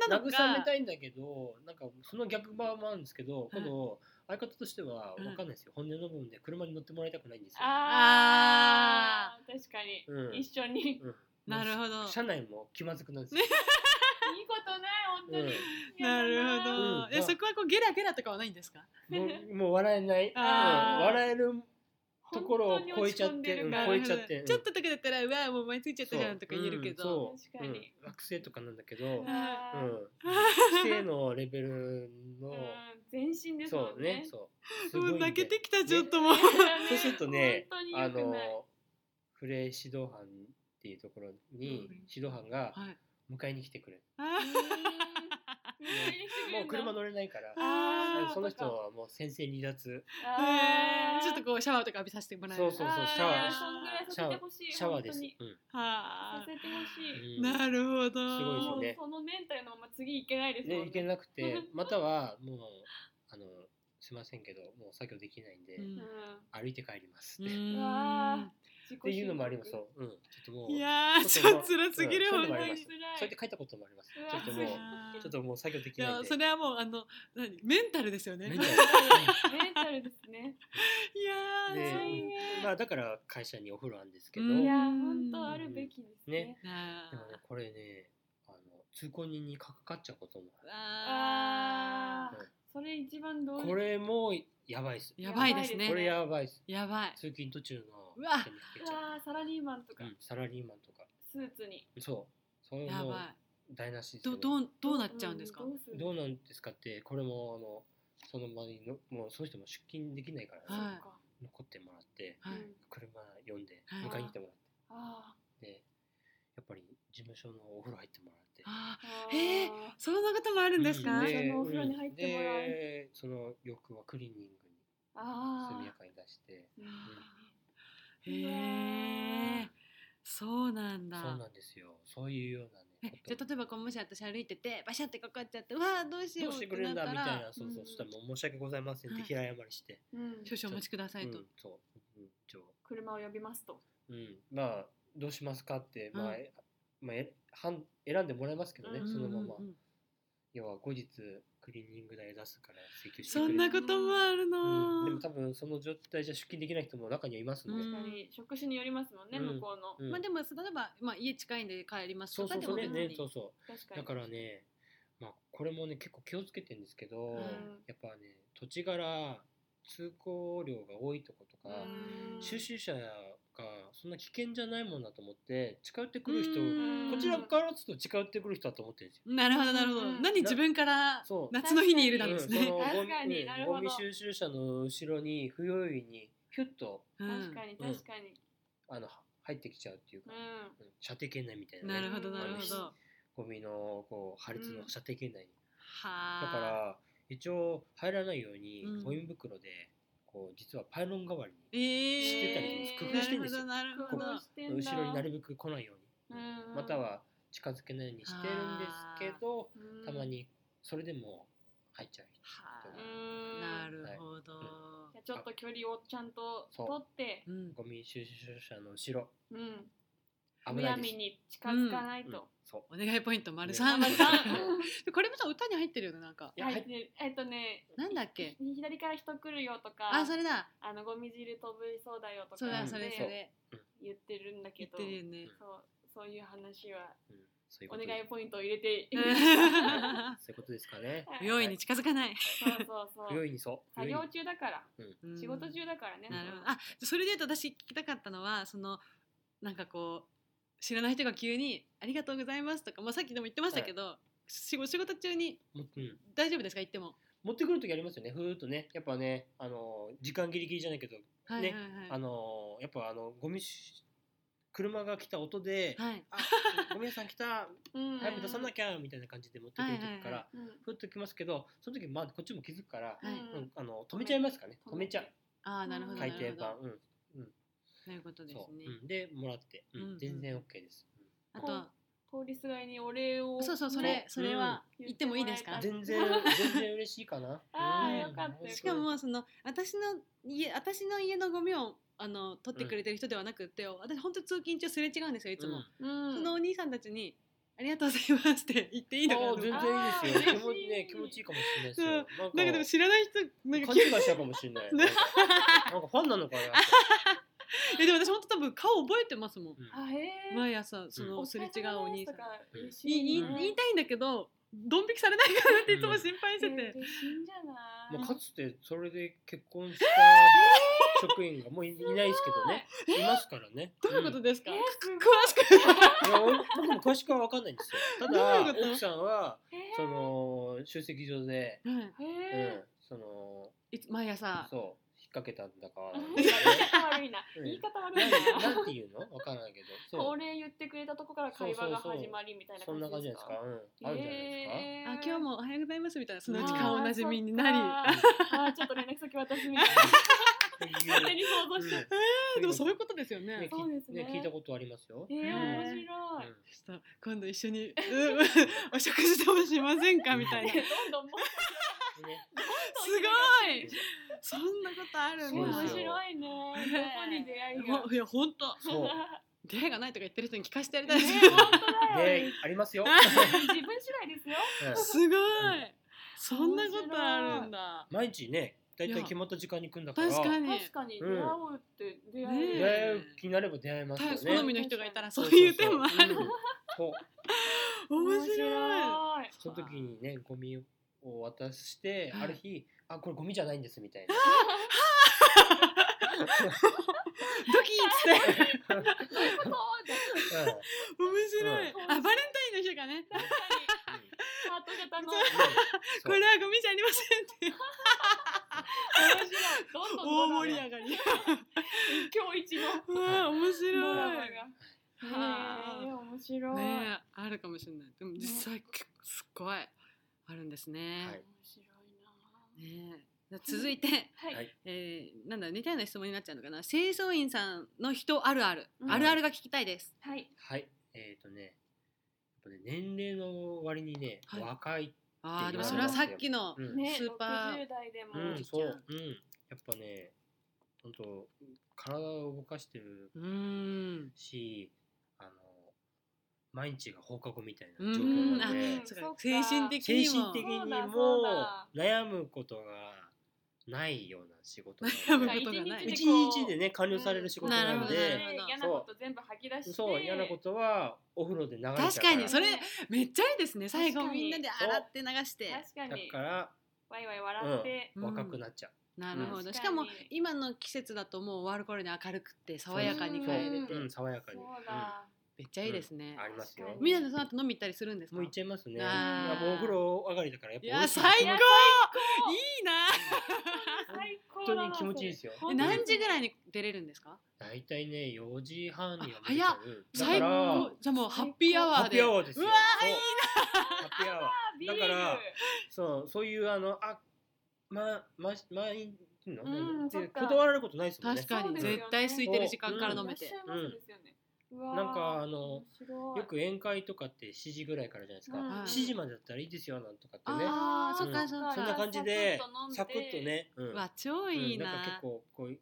S2: なのか
S4: 慰めたいんだけどなんかその逆場もあるんですけど今度相方としては分かんないですよ、本音の部分で車に乗ってもらいたくないんですよ、
S1: あー確かに、
S4: うん
S1: 一緒にいい
S4: うん
S2: なるほど
S4: 車内も気まずくなるんですよ、
S1: ことない本 当に、嫌だ
S2: なる
S4: う
S2: ほど
S4: ん
S2: えそこはこうゲラゲラとかはないんですか
S4: うんもうもう笑えない、うん
S2: あ
S1: ー
S4: 笑えるところを
S1: 本当に
S4: 超え
S1: 落
S4: ち
S1: ち
S4: ゃ
S1: 込
S4: っ
S1: んで
S4: て、
S1: る
S4: うん
S1: か
S2: な
S1: ら
S4: 超
S2: る
S4: え
S2: ほ
S4: ちゃ
S2: ど
S4: って、うん
S2: ちょっととかだったらうわもう燃えついちゃったじゃんとか言えるけ
S4: そう
S2: ど
S4: うんそう
S1: 確かに
S4: うん学生とかなんだけど、
S1: うんあー
S4: うん、性のレベルの、
S1: うん全身です
S4: そ
S1: も
S4: うん
S1: ね
S4: ね、そう。す
S2: も
S4: ごいん
S2: う
S4: で
S2: 泣けてきたちょっともう
S1: だからね
S4: そうするとね
S1: 本当に良
S4: あ
S1: くない
S4: のフレ指導班っていうところに
S2: うん
S4: 指導班が
S2: はい
S4: 迎えに来てくれる。
S2: あ
S1: うーん迎えに来てくれる
S4: もうん
S1: だ
S4: 車乗れないから、
S2: あー
S4: その人はもう先生離脱、
S1: あ
S2: ー
S1: ー
S2: ちょっとこうシャワーとか浴びさせてもらえる
S4: そうそうそうシャワー
S1: あそんぐらいさせてほしい
S4: シャワーです。
S1: 本
S4: う
S1: 当に
S4: ん
S1: さ
S2: はあ
S1: せてほしい、
S4: うん
S2: なるほど
S4: すごいですよね
S1: そのメンタルのまま次いけ ないですもん
S4: ね
S1: ね
S4: 行けなくて、またはもうあのすいませんけどもう作業できないんで、
S2: うん
S1: う
S4: 歩いて帰ります
S2: う
S4: って。
S2: ん
S1: んうわー自己申
S4: っ
S1: 告
S4: ていうのもありますよ。うん、ちょっともう。
S2: いやー
S4: ち
S2: ち
S4: ょ
S2: ょ
S4: っ
S2: っ
S4: と
S2: と辛すぎる
S4: う
S2: 本
S4: ん
S2: 当
S4: そういうのもあり
S1: 思
S2: に
S4: ます
S1: いづらい
S4: そうやって帰ったこともあります。
S1: うわ
S4: ちょっともう
S1: 辛い、
S4: ちょっともう作業でき
S2: い
S4: ない
S2: や
S4: んで。
S2: それはもうあの何メンタルですよね
S4: メ
S2: い
S4: ンタ
S2: や
S4: ル
S1: メンタルですね。
S2: ー
S4: で
S2: 辛いね
S4: まあだから会社にお風呂あるんですけど、
S2: うん
S1: い
S4: でも
S1: や
S4: ね
S1: ー、本当あるべきですね
S4: ね。これねあの通行人にかかっちゃうことも
S1: あ
S2: あ
S1: あ
S4: うん、
S1: それ一番どう。
S4: これもやばいです、
S2: ーやばいですね
S4: これやばいです
S2: やばい
S4: 通勤途中
S2: う
S4: の
S2: わ
S4: 人にかけち
S1: う
S4: ゃ
S1: わーサラリーマンと
S4: う
S1: か
S4: うんサラリーマンとか
S1: スーツに。
S4: そうそういう
S2: や
S4: の
S2: ば
S4: 台無しで
S2: い
S4: すよ
S2: ど
S4: ね
S2: どうどうなっちゃうんですか
S1: どうする
S4: どうなんですかってこれもあのその場にのもうその人も出勤できないから、
S2: はい
S4: 残ってもらって
S2: はい
S1: うん
S4: 車呼んで
S2: はい
S4: 迎えに来てもらって。
S1: あ
S4: でやっぱり事務所のお風呂入ってもらって
S2: あー
S1: あ。
S2: へーそんなこともあるんですか
S1: うん
S2: へ
S1: ねそのお風呂に入ってもらう
S4: うんでその洋服はクリーニングに
S1: あ
S4: 速や
S1: あ。
S4: かに出して
S2: えそうなん
S4: そ
S2: だ
S4: うなんですよそういうような
S2: え
S4: ね
S2: じゃあ例えばこうもし私歩いててバシャってかかっちゃってうわーどうし
S4: ど
S2: よ
S4: う
S2: う
S4: し
S2: ってて
S4: くれるんだ
S2: なっ
S4: み
S2: た
S4: たい
S2: ら
S4: なそうそう
S1: うん
S4: そしたらもう申し訳ございませんって
S2: はい
S4: 平謝りして
S1: うん
S2: 少々お待ちくださ
S4: う
S2: い
S4: ん
S2: と、
S4: そううん一応
S1: 車を呼びますと。
S4: うんまあどうしますかってまあ
S2: うん
S4: えまあえはん選んでもらえますけどね
S1: うん
S4: そのまま
S2: うんうんうん
S4: 要は後日クリーニング代出すから請求して
S2: そ
S4: くれ
S2: ん
S4: る
S2: なこともある
S4: うんでも
S2: の
S4: 多分その状態じゃ出勤できない人も中にはいますので
S2: う
S1: 確
S2: ん
S1: かに職種によりますもんね、
S4: うん
S1: 向こうの。
S4: うん
S2: まあでも例えば、まあ、家近いんで帰ります
S4: そ
S2: と
S4: うそ
S2: か
S4: う
S2: で
S4: そ
S2: も
S4: う
S2: 別
S4: ねね
S2: に
S4: そうそ
S1: 確
S4: う
S1: かに。
S4: だからねまあこれもね結構気をつけてるんですけど、
S2: ん
S4: やっぱね土地柄通行量が多いとことか、
S1: うん
S4: 収集車がそんな危険じゃないもんだと思って近寄ってくる人
S2: うん
S4: こちらからちょっと近寄ってくる人だと思ってるんですよ。
S2: なるほどなるほど、
S1: うん
S2: 何自分から
S4: そう
S2: 夏の日にいるなん
S1: う
S2: です
S4: そ
S2: ね、
S4: のゴ
S1: 確
S4: ミ
S1: かに
S4: うん
S1: なるほど
S4: ゴミ収集車の後ろに不用意にヒュッと
S2: うん
S1: 確かに確かに。
S4: あの入ってきちゃうっていうか
S1: う、ん。
S4: うん射程圏内みたいな,、ね、
S2: なるほどなるほどは
S4: ゴミのこう破裂の射程圏内にだか
S2: あ
S4: ら一応入らないように
S2: うん
S4: ゴミ袋でこう実はパイロン代わり
S2: えー、
S4: にしてたり
S1: とか工夫
S2: な
S4: して
S2: る
S4: ん
S2: ほ
S4: ですよ
S2: どなる
S1: 工
S2: ほど
S1: 夫してんだ
S4: 後ろになるべく来ないように
S1: うんうん
S4: または近づけないようにしてるんですけど
S1: うん
S4: たまにそれでも入っちゃう人
S1: う
S2: は
S1: ん。
S2: あなるほど、
S1: じゃあちょっと距離をちゃんと
S4: そう
S1: 取って、
S2: うん
S4: ゴミ収集車の後ろ
S1: うん、む
S4: 危な
S1: や
S4: いで
S1: み
S4: す。
S1: に近づかないと。
S4: そ
S2: お願いポイント丸
S1: あ
S2: 三
S1: んまりさうん
S2: これもさ歌に入ってるよねなんか
S4: う。いや、
S1: は
S4: はいい、
S1: でえっとね、
S2: なんだっけ
S1: ひ左から人来るよとか、
S2: あそれだ
S1: あのゴミ汁飛ぶそうだよとか
S2: そうだ
S4: ん
S2: それ
S1: ね
S2: それ
S1: 言ってるんだけ
S2: 言っ
S1: ど、
S2: てるよね
S1: そうそういう話は
S4: うんそういう
S1: お
S4: こと
S1: 願
S4: で
S1: いポイントを入れて、
S2: うん
S4: そういうことですかね。
S1: はい
S2: 不 用意に近づかない
S1: そうそうそう。
S4: 不用意にそう。
S1: 作業
S4: 不用意に
S1: 中だから、
S2: うん
S1: 仕事中だからね。
S2: なるほどあそれで言うと私聞きたかったのはそのなんかこう知らない人が急に「ありがとうございます」とか、まあ、さっきでも言ってましたけど、仕事仕事中に
S4: もうん
S2: 「大丈夫ですか?」言っても。
S4: 持ってくるときありますよね。ふーっとね、やっぱね、あの時間ギリギリじゃないけど、
S2: はいはい
S4: あ
S2: はい
S4: のやっぱあのゴミし車が来た音で、
S2: はい
S4: あ、ゴミ屋さん来た、
S1: うん
S4: 早く出さなきゃみたいな感じで持ってくるとき
S2: はいはい
S4: か
S2: はい
S4: ら、
S1: うん
S4: ふーっと来ますけど、その時まあこっちも気づくから、
S2: はい
S1: うん
S4: うんあの止めちゃいますかね。止めちゃう。
S2: ああなるほどな
S4: 改
S2: るほ
S4: 訂版
S2: ど。、
S4: うん、
S2: ということです
S4: そう、
S2: ね。
S4: うん、でもらって、うん
S2: うんうん
S4: 全然オッケーです。うん
S2: あとは
S1: 通りすがりにお礼を、
S2: そうそうそ
S1: ね
S2: れそれは言ってもいいです
S1: あ
S2: か
S1: 言っ
S4: 全然全然嬉しいかな。
S1: あ
S2: ー
S4: うん
S1: よかったよ
S2: しかもその私の家私の家のゴミをあの取ってくれてる人ではなくって、私本当通勤中すれ違うんですよいつも、
S1: うん
S2: そのお兄さんたちに「ありがとうございます」って言っていいのかな
S4: あ
S2: と
S4: ー
S2: 思って
S4: 全然いいですよ。
S1: あー
S4: 気持ちね気持ちいいかもしれないですよ。
S2: うん
S4: なんか
S2: なんかでも知らない人なんか
S4: 勘
S2: 急
S4: 違
S2: に
S4: いしたかもしれない。
S2: ね
S4: なんかなんかファンなのかな って。
S2: えでも私本当多分顔覚えてますもん
S4: うん
S1: あへえ
S2: 毎朝そのすれ違うお兄さん
S1: 疲れ様ですとか嬉し
S2: いい
S1: い
S2: い
S1: ね
S2: 言いたいんだけどドン引きされないかなっていつも心配して
S1: え
S2: て、
S1: 嬉しいんじゃない、
S4: まあかつてそれで結婚した職員がもういいないですけどね。いますからね。
S2: どういうことですか、
S1: えーすごい
S2: 詳しく
S4: うんいや俺僕も詳しくは分かんないんですよ。た
S2: どうい
S4: だ
S2: うこと
S4: 奥さんは
S1: え
S4: その集積所で、
S2: はい
S1: ー
S4: う
S1: へ
S4: ん
S1: え、
S4: その
S2: いつ毎朝
S4: そう引っ掛けたんだか
S1: あ
S4: ら。
S1: 言い方悪いな
S4: うん
S1: 言い 方悪い
S4: なん
S1: な
S4: なんていうのわからないけど。
S1: お
S4: そう。
S1: 礼言ってくれたとこから会話が始まりみたいな
S4: そんな感じじゃないですか。うん。あるんじゃないですか。
S1: えー
S2: あ今日もおはようございますみたいなそのうち
S1: あー
S2: 顔なじみになり
S1: そっかあーちょっと連絡先渡すみたい な勝手に想像しちゃう
S2: えーでもそういうことですよね
S4: ね、
S1: そうです
S4: き
S1: ね
S4: ね聞いたことありますよ。
S1: えー、面白い。
S2: ちょっと今度一緒に、うんお食事でもしませんかみたいな。す
S1: どんどんもっ
S4: うんね
S2: ごい。そんなことある
S1: と
S2: ん
S4: そう
S1: 面
S4: ですよ
S2: だ。
S1: 白いね。どこに出会いが。
S2: ほいや本当。
S4: そう。
S2: 出会いがないとか言ってる人に聞かせてやりたいです。
S1: ね、本当だよ
S4: で。、ありますよ。
S1: 自分次第ですよ。
S4: うん
S2: すごい。 そんなことあるんだ。
S4: 毎日ね、だいたい決まった時間に行くんだから。
S2: 確かに
S1: 確かに出
S4: う
S1: 会
S4: ん
S1: うって出会
S2: ね
S1: え
S4: 出
S1: る。
S4: 会える気になれば出会えますよ
S2: た
S4: ね。
S2: 好みの人がいたら
S4: そ
S2: そうう
S4: そうそう
S2: いう手もある。
S4: うんそう。
S2: 面白い。
S1: い。
S4: その時にね、ゴミを渡して、
S2: はい
S4: ある日、あ、これゴミじゃないんですみたいな。
S2: ドキッつって。
S1: そうだ
S4: うんうん
S2: 面白い。あ
S1: うん
S2: バレンタインの日がね。
S1: 確かにハート型 の面
S4: そ
S2: こ
S4: う
S2: れはゴミじゃありませんって。
S1: 白い。どんどん
S2: 大
S1: どんどん
S2: 盛り上がり。
S1: 今日一の
S2: うわ面
S1: ドラ
S2: 白
S1: マ
S2: い。
S1: が。
S2: は
S1: へえ、面白い。
S2: ね
S1: 面
S2: えあるかもしれないでも実際、結構すっごいあるんですね,、
S4: はい
S1: 白い
S2: ねえじゃあ続いて、
S1: な。はい。
S2: えー、なんだ似たような質問になっちゃうのかな清掃員さんの人あるある、
S1: うん
S2: あるあるが聞きたいです
S1: はい。
S4: はい。えっとね、やっぱね年齢の割にね、
S2: はい
S4: 若い。
S2: あ
S4: う
S2: ー
S4: ん
S2: でもそれはさっきの、
S4: うん
S1: ね、
S2: スーパー
S1: 60代でも。
S4: うん、
S2: ちっ
S4: そ、
S2: ちゃいう
S4: うん、やっぱね、本当体を動かしてる
S2: うーん
S4: し、あの毎日が放課後みたいな
S2: うん
S4: 状況なの
S1: う
S4: で
S1: ん、
S2: そう
S1: そっ
S2: か
S1: か
S2: 精神的
S4: 精
S2: にも
S4: 神的に
S1: そう
S4: も
S1: だ
S4: 悩むことがないような仕事な
S2: 悩む
S4: の
S2: こ
S4: で、
S2: とがない
S1: 一
S4: 一
S1: 日
S4: 日でね完了される仕事なの
S2: うんなるほどなる
S4: で
S2: ほ、
S1: 嫌なこと全部吐き出して
S4: そう嫌なことはお風呂で流れちゃう
S2: 確かにそれ
S1: ね
S2: めっちゃいいですね最
S1: 確
S2: 後
S1: かに
S2: みんなで洗って流して
S1: 確かに
S4: だから
S1: ワイワイ笑って、
S2: うん
S4: 若くなっちゃう。
S2: なるほど
S1: 確かに
S2: しかも今の季節だともう終わる頃に明るくって爽やかに帰
S4: そう
S2: れ
S1: る
S2: て
S4: うん、爽やかに。
S1: そうだ、
S2: めっちゃいいですね
S4: うんありますよ
S1: 確。かに
S2: みんなでその後飲み行ったりするんですか
S4: もう行っちゃいますね。い
S2: あ
S4: や
S2: ー
S4: もうお風呂上がりだからや
S2: い
S4: っぱ美
S2: や
S4: 味しい
S2: 最
S4: ですね
S2: 高いいな
S1: 最高
S4: 本当
S1: だ
S4: に
S1: な
S4: 気持ちいいですよ。
S1: それ
S2: え何時ぐらい
S1: に
S2: に出れるんですか
S4: 大体ね4時半には
S2: あ早っ
S4: だか
S2: 最
S4: ら
S2: 高じゃあもうハッピーアワ
S4: ハ
S2: ー
S4: ッ
S2: で
S4: ピーアワーですよ
S2: うわ
S4: そうハッピーアワー
S1: ビール
S4: だからそうそういうあのあまままいの、
S1: うんそっか
S4: 断られることないですもんね
S2: 確か
S1: そう
S2: に
S1: ですよね
S2: 絶対空いてる時間から飲め
S1: い
S2: て
S1: らっしゃいますですよね、うわー
S4: なんかあの
S1: 面白い
S4: よく宴会とかって7時ぐらいからじゃないですか、
S1: うん
S2: はい
S4: 7時までだったらいいですよなんとかってね
S2: あーそっ
S4: う
S2: か
S4: ん
S2: そっ
S4: そんな
S2: か
S4: 感じで
S1: サ
S4: サ
S1: ク
S4: ク
S1: ッ
S4: ッ
S1: と飲
S4: と
S1: んで
S4: ね、うん
S2: うわ超
S4: うん
S2: いい
S4: なんか
S2: な
S4: 結構こう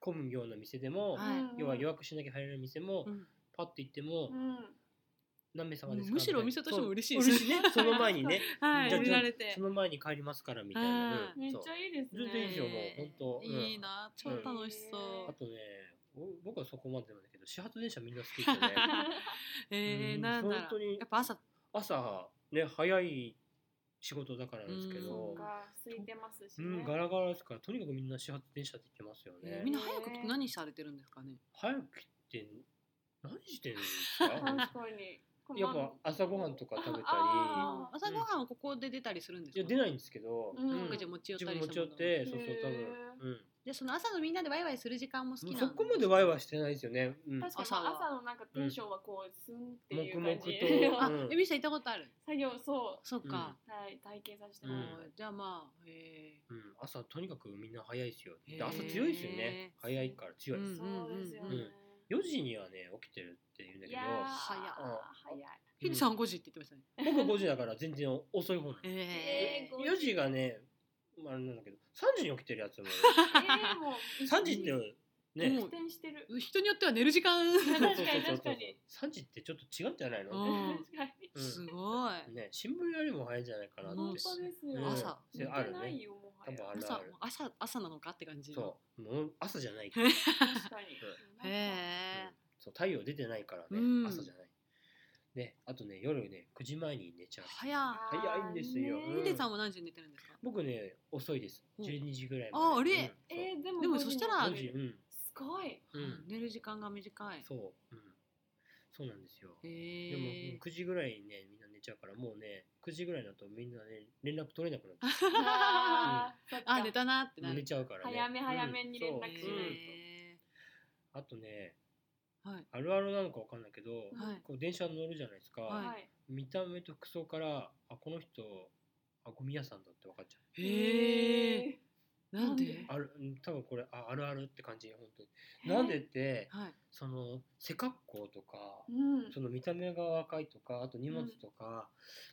S4: 混むような店でも、
S2: はい
S4: 要は予
S1: 弱
S4: 約しなきゃ入れる店も、
S2: うん
S4: パッて行っても
S1: う、ん
S4: 何名様
S2: もう
S4: ですか
S2: むしろお店としても嬉しいですね
S4: そう その前にね
S2: はい
S4: じゃあ
S2: 見られて
S4: その前に帰りますからみたいな、
S2: はい
S4: うん
S1: めっ
S4: そう
S1: ちゃいいですね
S4: 全然いいですよもう本当うん
S2: いいな超楽しそう
S1: う、
S4: あとねお僕はそこまでなんだけど始発電車みんな好き ですよね
S2: え
S4: う
S2: ー、
S4: ん
S2: なんだ
S4: 本
S2: ろ
S4: 当
S2: う
S4: に
S2: やっぱ朝
S4: 朝ね早い仕事だからなんですけ
S1: そ
S4: ど
S1: うか空いてますし
S4: う
S1: ね、
S4: ん、ガラガラですからとにかくみんな始発電車で行ってますよ
S2: え
S4: ね
S2: ーみんな早く何されてるんですかね
S4: 早く来て何してるんで すか
S1: 確かにこの
S4: やっぱ朝ごはんとか食べたり
S1: あ
S2: 朝ごはんはここで出たりするんです
S4: い
S2: か、
S4: や出ないんですけど、
S1: うん
S2: なんかじゃあ持ち寄っ
S4: 自
S2: た
S4: 分
S2: り
S4: 持
S2: した
S4: ち寄っ
S2: もの
S4: てそうそう
S1: へ
S4: 多分
S1: ー、
S4: うん、
S2: でその朝のみんなでワイワイする時間も好きな
S4: そ
S2: ん
S4: こまでワイワイ
S2: し
S4: してないですよね。うん、
S1: 確かに
S2: 朝は
S1: まあ朝のなんかテンションはこうスンっていう
S4: 黙
S1: 感
S4: 々
S1: じ、
S4: と
S2: あ、
S4: うん
S2: えみさん行ったことある
S1: 作業そ
S2: そっか、
S1: うはい体験させて
S4: うん
S1: もらい
S2: そうじゃあまあへ
S4: うん、朝とにかくみんな早いですよ。
S2: へ
S4: で
S2: ー
S4: 朝強いですよね。早いから強いです。
S2: うん
S1: そうですよね、
S4: うん4時にはね起きてるって言うんだ
S1: い
S4: け
S1: や
S4: ど
S1: ー、
S2: 早い
S1: 早い
S2: えひでさん5時って言ってましたね
S4: 僕は5時だから全然遅い方なの。
S1: えーご
S4: 4時がね、まあ、あれなんだけど3時に起きてるやつもい
S1: えー、もう
S4: る。3時ってね
S2: も
S1: 起点してる
S2: 人によっては寝る時間、
S1: 確かに
S4: そうそうそうそう
S1: 確かに
S4: 3時ってちょっと違うんじゃないの、
S2: う
S1: 確
S2: ん
S1: かに
S4: うん
S2: すごい
S4: ね、新聞よりも早いんじゃないかなって。
S2: 本
S1: 本当ですよ、
S4: うん
S2: 朝
S4: せ
S1: 寝
S4: あ
S1: て
S4: る
S1: ない
S4: ね。
S1: よもは
S4: 多分
S1: や
S4: ある
S2: 朝
S4: ある。
S2: 朝朝なのかって感じの
S4: そう、もう朝じゃない。
S1: 確かに
S2: へえ
S4: うんそう太陽出てないからね、
S2: うん
S4: 朝じゃない。ね、あとね夜ね9時前に寝ちゃう。
S2: 早
S1: あー
S4: 早いんですよ
S1: ね
S4: う
S2: ヒデさん
S4: ん
S2: は何時に寝てるんですか
S4: 僕ね遅いです。
S2: うん
S4: 12時ぐらい
S2: あーあれ
S1: えー、でも
S2: でも
S1: 5時
S2: そした
S1: に
S2: ら
S4: 5時うん
S1: すご い
S4: うん
S2: 寝る時間が短い
S4: そううんそうなんですよ。
S2: へ
S4: でも
S2: え
S4: 9時ぐらいにねみんな寝ちゃうからもうね9時ぐらいだとみんなね連絡取れなくなっちゃ
S1: あーそっか
S2: あ寝たなってな
S4: う。
S2: る
S4: 寝ちゃうからね。
S1: 早め早めに連
S4: うん
S1: 絡
S4: そう
S1: しないと
S4: うん
S2: へ
S4: あとね
S2: ーはい
S4: あるあるなのかわかんないけど、
S2: はい
S4: こう電車乗るじゃないですか。
S2: はい
S1: はい
S4: 見た目と服装からあこの人あゴミ屋さんだって分かっちゃう。
S2: へえ
S1: え
S2: なん
S1: なん
S2: で
S1: で
S4: あるうん多分これああるあるって感じ本当になんでって
S2: はい
S4: その背格好とか
S1: うん
S4: その見た目が若いとかあと荷物とか、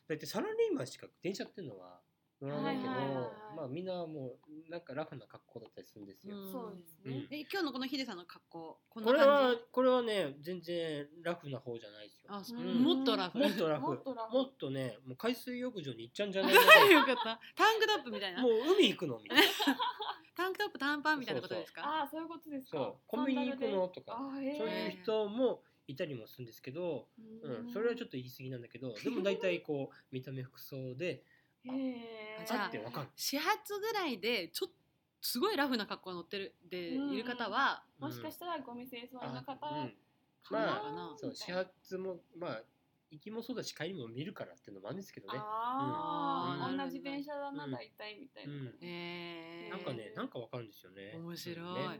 S4: だいたいサラリーマンしか電車っていうのは乗らないけど、
S1: はいはいはいはい
S4: まあみんなもうなんかラフな格好だったりするんですよ。
S2: うん
S1: そうですね、
S2: え今日のこのヒデさんの格好こん
S4: こ
S2: な
S4: れは
S2: 感じ
S4: これはね全然ラフな方じゃないですよ。
S2: あそう
S4: うん
S2: もっとラフ
S4: も
S2: よ
S4: っとラフ
S1: もっとラフ
S4: もっとねもう海水浴場に行っちゃうんじ ゃないかな
S2: かったタンクトップみたいな
S4: もう海行くのみたいな。
S2: タンクトップ短パンみたいなことですか
S1: ああそういうことですか
S4: そうコンビニ行くのと
S1: あ
S4: か
S1: ーへえ
S4: そういう人もいたりもするんですけど、うん、それはちょっと言い過ぎなんだけどでも大体こう見た目服装で
S1: とへえ
S2: じゃあ
S4: あってわかる。
S2: 始発ぐらいでちょっとすごいラフな格好乗ってるで
S1: うん
S2: いる方は
S1: もしかしたらゴミ清掃員の方
S4: あうん
S2: かなか
S1: ま
S2: な
S1: あ
S4: そう始発もまあ行きもそうだし帰りも見るからっていうのもあるんですけどね。
S1: あ
S4: う
S1: あ
S4: ん
S1: 同じ電車だな
S4: うん
S1: 大体みたいな感じ
S2: へー
S4: なんかねなんかわかるんですよね。
S2: 面白い
S4: ね
S2: 違う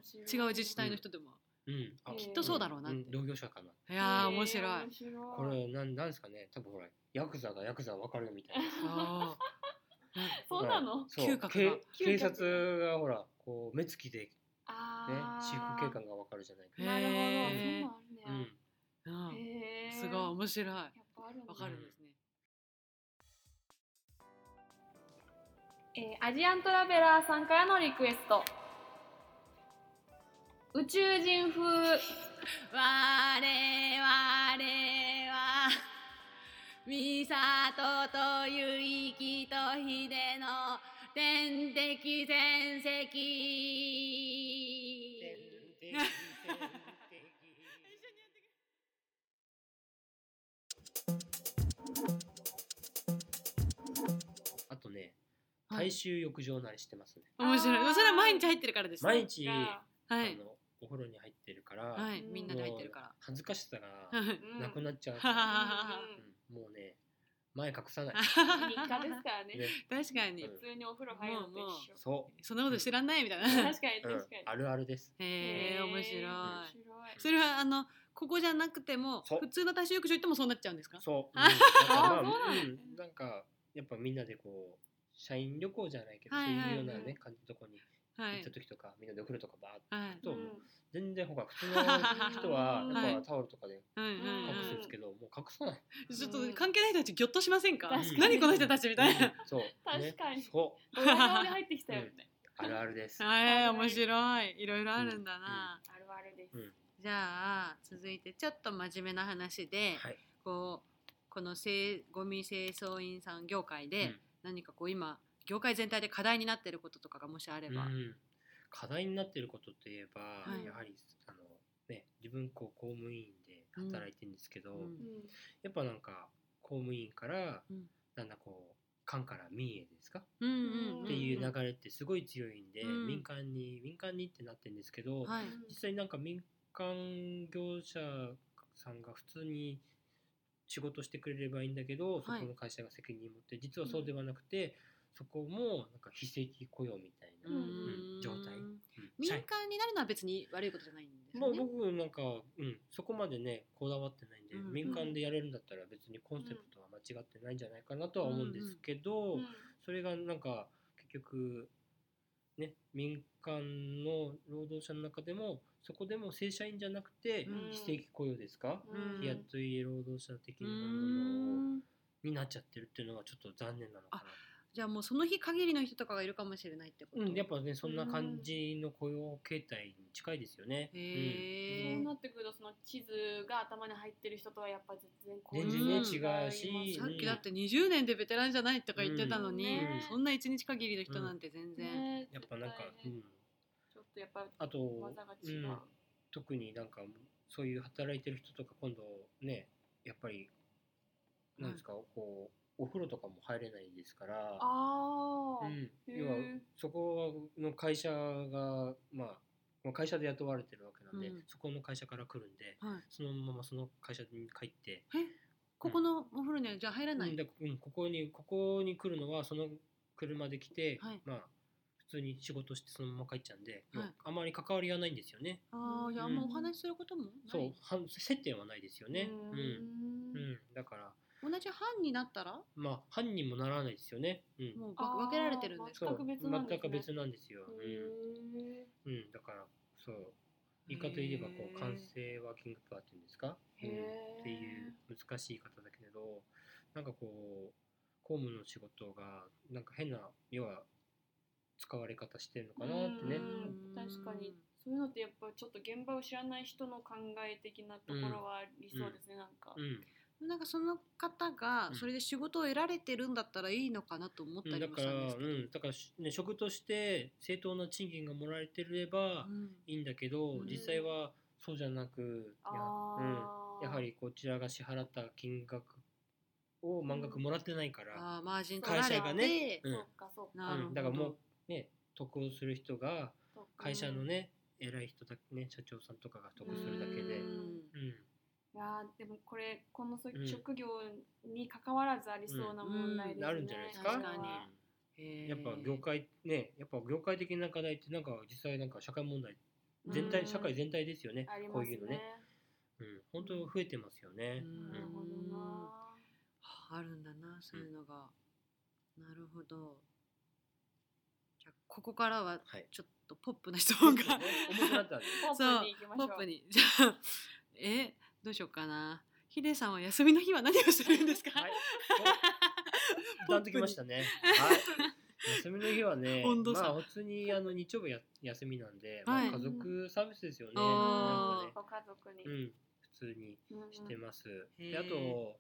S2: 自治体の人でも
S4: うん、あ
S1: きっ
S2: とそうだろうなって
S4: ん同業者かな。
S2: いやー面白い
S1: へえ面白い
S4: これなんなんですかね。多分ほらヤクザがヤクザわかるみたいな。
S2: あ
S1: そうなの
S4: そう
S2: 嗅覚が
S4: け警
S1: 嗅覚
S4: 察がほらこう目つきでね
S1: ああ
S4: 私服警官がわかるじゃないか。
S2: へ
S1: なるほど
S2: へー
S1: そうなんね
S2: ーうん
S1: へえ
S2: すごい面白いわ
S1: やっぱあるんだ
S2: かるんですね
S1: えーアジアントラベラーさんからのリクエスト宇宙人風
S2: 我れはミサトとユイキとヒデの天敵戦績
S4: あとね、
S2: はい
S4: 大衆浴場慣れしてますね。
S2: 面白いそれは毎日入ってるからですね
S4: 毎日、
S1: が
S2: は
S4: あ
S2: い
S4: のお風呂に入ってるから、
S2: はい
S1: うん
S2: みんなで入ってるか
S4: 恥ずかしさ
S2: ら
S4: が
S2: はい
S1: うん
S4: なくなっちゃう、
S2: ははは
S4: うんもうね、前隠さない。
S1: 日課ですからね
S4: ね、
S2: 確かに
S4: うん
S1: 普通にお風呂入るのと一緒
S4: そ
S2: そんなこと知らないみたいな
S1: 確かに
S4: う、うん
S1: 確かに、
S4: あるあるです。
S2: へえ面白い
S1: 面白い
S2: それはあのここじゃなくても
S4: そう
S2: 普通の大衆浴場行ってもそうなっちゃうんですか
S4: そう、
S2: あ
S4: なん
S1: そうなん
S4: かまあ、
S1: だ
S4: うんなんかやっぱみんなでこう社員旅行じゃないけど、
S2: はいはい
S4: そういうような
S1: はい
S4: ね感じのとこに
S2: は
S4: 行っ
S2: い
S4: た時とか、みんなでお風呂とかバーっ
S2: はい
S4: と、
S1: うん
S4: 全然ほら普通 の人は
S1: うん
S4: やっ
S2: は
S4: ぱタオルとかで
S2: はいはい
S4: 隠すん
S2: は
S4: ですけど、もう隠さない。
S2: いちょっと関係ない人たちぎょっとしませんか
S1: 確かに
S2: 何この人たちみたいな
S4: うんそう。ね
S1: 確かに
S4: そう。
S1: ドヤ顔で入ってきたよみたい
S4: あるあるです。
S2: はい面白いいろいろあるんだな
S1: なあるあるです、
S4: うん
S2: じゃあ続いてちょっと真面目な話で、
S4: はい
S2: こうこのせいゴミ清掃員さん業界で、
S4: うん
S2: 何かこう今業界全体で課題になってることとかがもしあれば、
S4: うん、課題になっていることといえば、
S2: い
S4: やはりあの、ね、自分こう公務員で働いてるんですけど、
S2: うん
S4: やっぱなんか公務員から、
S2: うん
S4: なんだこう官から民営ですか、
S2: うん
S1: うん
S4: っていう流れってすごい強いんで、
S2: うん
S4: 民間に民間にってなってるんですけど、
S2: はい、
S4: 実際なんか民間業者さんが普通に仕事してくれればいいんだけど、
S2: はい
S4: そこの会社が責任持って実はそうではなくて、そこもなんか非正規雇用みたいな、
S1: うん
S4: うん状態
S2: うん
S4: うん
S2: 民
S4: 社
S2: 間
S4: 員
S2: になるのは別に悪いことじゃないんです
S4: まあ
S2: よね。
S4: 僕なんか、うん、そこまでねこだわってないんで、
S2: うん
S4: 民間でやれるんだったら別にコンセプトは間違ってないんじゃないかなとは思うんですけど、それがなんか結局ね民間の労働者の中でもそこでも正社員じゃなくて
S2: うん
S4: 非正規雇用ですか、
S2: うん
S4: 日雇い労働者的
S2: う
S4: なもの
S2: ん
S4: になっちゃってるっていうのはちょっと残念なのかな。
S2: じゃあもうその日限りの人とかがいるかもしれないってこと。
S4: うん、やっぱねそんな感じの雇用形態に近いですよね。うん
S2: へ
S1: そう
S2: ー
S1: なってくるとその地図が頭に入ってる人とはやっぱ全然
S4: 全
S2: 然ね
S4: 違うし
S2: さっきだって20年でベテランじゃないとか言ってたのに、
S1: うんね
S2: そんな一日限りの人なんて全然、
S1: ね
S4: やっぱなんか、
S1: 絶
S4: う
S1: 対ね
S4: ん、
S1: ちょっとやっぱ
S4: あと、
S1: 技が違う、
S4: うん特になんかそういう働いてる人とか今度ねやっぱりなんですか、こうお風呂とかも入れないですから、
S1: ああ、
S4: うん、
S1: へ
S4: 要は
S1: ー
S4: そこの会社がまあまあ会社で雇われてるわけなんで、
S2: うん
S4: そこの会社から来るんで
S2: はい、
S4: そのままその会社に帰って、
S2: ここのお風呂にはじゃあ入ら
S4: う
S2: ない、
S4: んだうん、ここにここに来るのはその車で来て、
S2: はい
S4: まあ普通に仕事してそのまま帰っちゃうんで、
S2: はい
S4: もうあまり関わりがないんですよね。
S2: ああじゃああんまお話しすることもない、
S4: そうはん接点はないですよね。うんうん、だから、
S2: 同じ班になったら
S4: まあ、犯人もならないですよね。うん、
S2: もう
S1: あー
S2: 分けられてるんです
S4: そ
S2: か
S4: う
S1: 全く別なんですね
S4: 全く別なんですよ。
S1: へ
S4: うん、うん、だから、そう、言い方で言えば、こ
S2: へ
S4: う、
S2: ー
S4: 完成ワーキングパワーっていうんですか。
S1: へー
S4: うん、っていう難しい言い方だけれど、なんかこう、公務の仕事が、なんか変な、要は。使われ方してるのかなってね。
S1: うん確かにそういうのってやっぱちょっと現場を知らない人の考え的なところはありそうですね、なんか、
S4: うん、
S2: なんかその方が
S4: うん
S2: それで仕事を得られてるんだったらいいのかなと思っ
S4: う
S2: た
S4: ん、
S2: り
S4: だ
S2: も
S4: か
S2: し
S4: ら、
S2: た
S4: うん
S2: ですけど、
S4: ん、だからし、ね、職として正当な賃金がもらえてれば。
S2: うん
S4: いいんだけど、
S2: うん
S4: 実際はそうじゃなくや,、うん、
S1: あー
S4: やはりこちらが支払った金額を満額もらってないから、
S2: ああマージン取
S4: 会
S2: ら
S4: 社
S2: れ
S4: が
S2: て、
S4: ね、うん
S1: そうかそうか
S2: なるほど
S4: うんだからもうね得をする人が
S1: そうか
S4: 会社のね、偉い人だね社長さんとかが得をするだけで、
S2: う
S4: うん
S2: ん
S1: いやーでもこれこの
S4: うん
S1: 職業に関わらずありそうな問題ですね、
S4: なるんじゃないですか。
S2: 確
S1: こ
S2: か
S1: れ
S2: に
S1: は
S4: う
S2: へ
S4: ん
S2: ー
S4: やっぱ業界ねやっぱ業界的な課題ってなんか実際なんか社会問題全体、
S1: うん
S4: 社会全体ですよね
S1: あり
S4: こ
S1: ま
S4: う
S1: すね
S4: いうのね、うん、本当増えてますよね。
S2: うん
S1: なるほどな
S2: はああるんだなそういうのが、なるほどじゃあここからは
S4: はい
S2: ちょっとポップな質問 が
S4: 重くなったんで
S1: ポップに行きまし
S2: ポ
S1: ょう
S2: ップにじゃあえどうしようかなヒデさんは休みの日は何をしてるんですか、
S4: はい。お断ときましたね。はい。休みの日は ね、
S2: 温度差
S4: まあ普通にあの日曜日や休みなんで、
S2: はい
S4: まあ家族サービスですよね。
S2: あー
S4: なんか
S1: ご家族に、
S4: ね、うん、普通に
S1: うん
S4: してます。
S2: うんへ
S4: で
S2: ー
S4: あと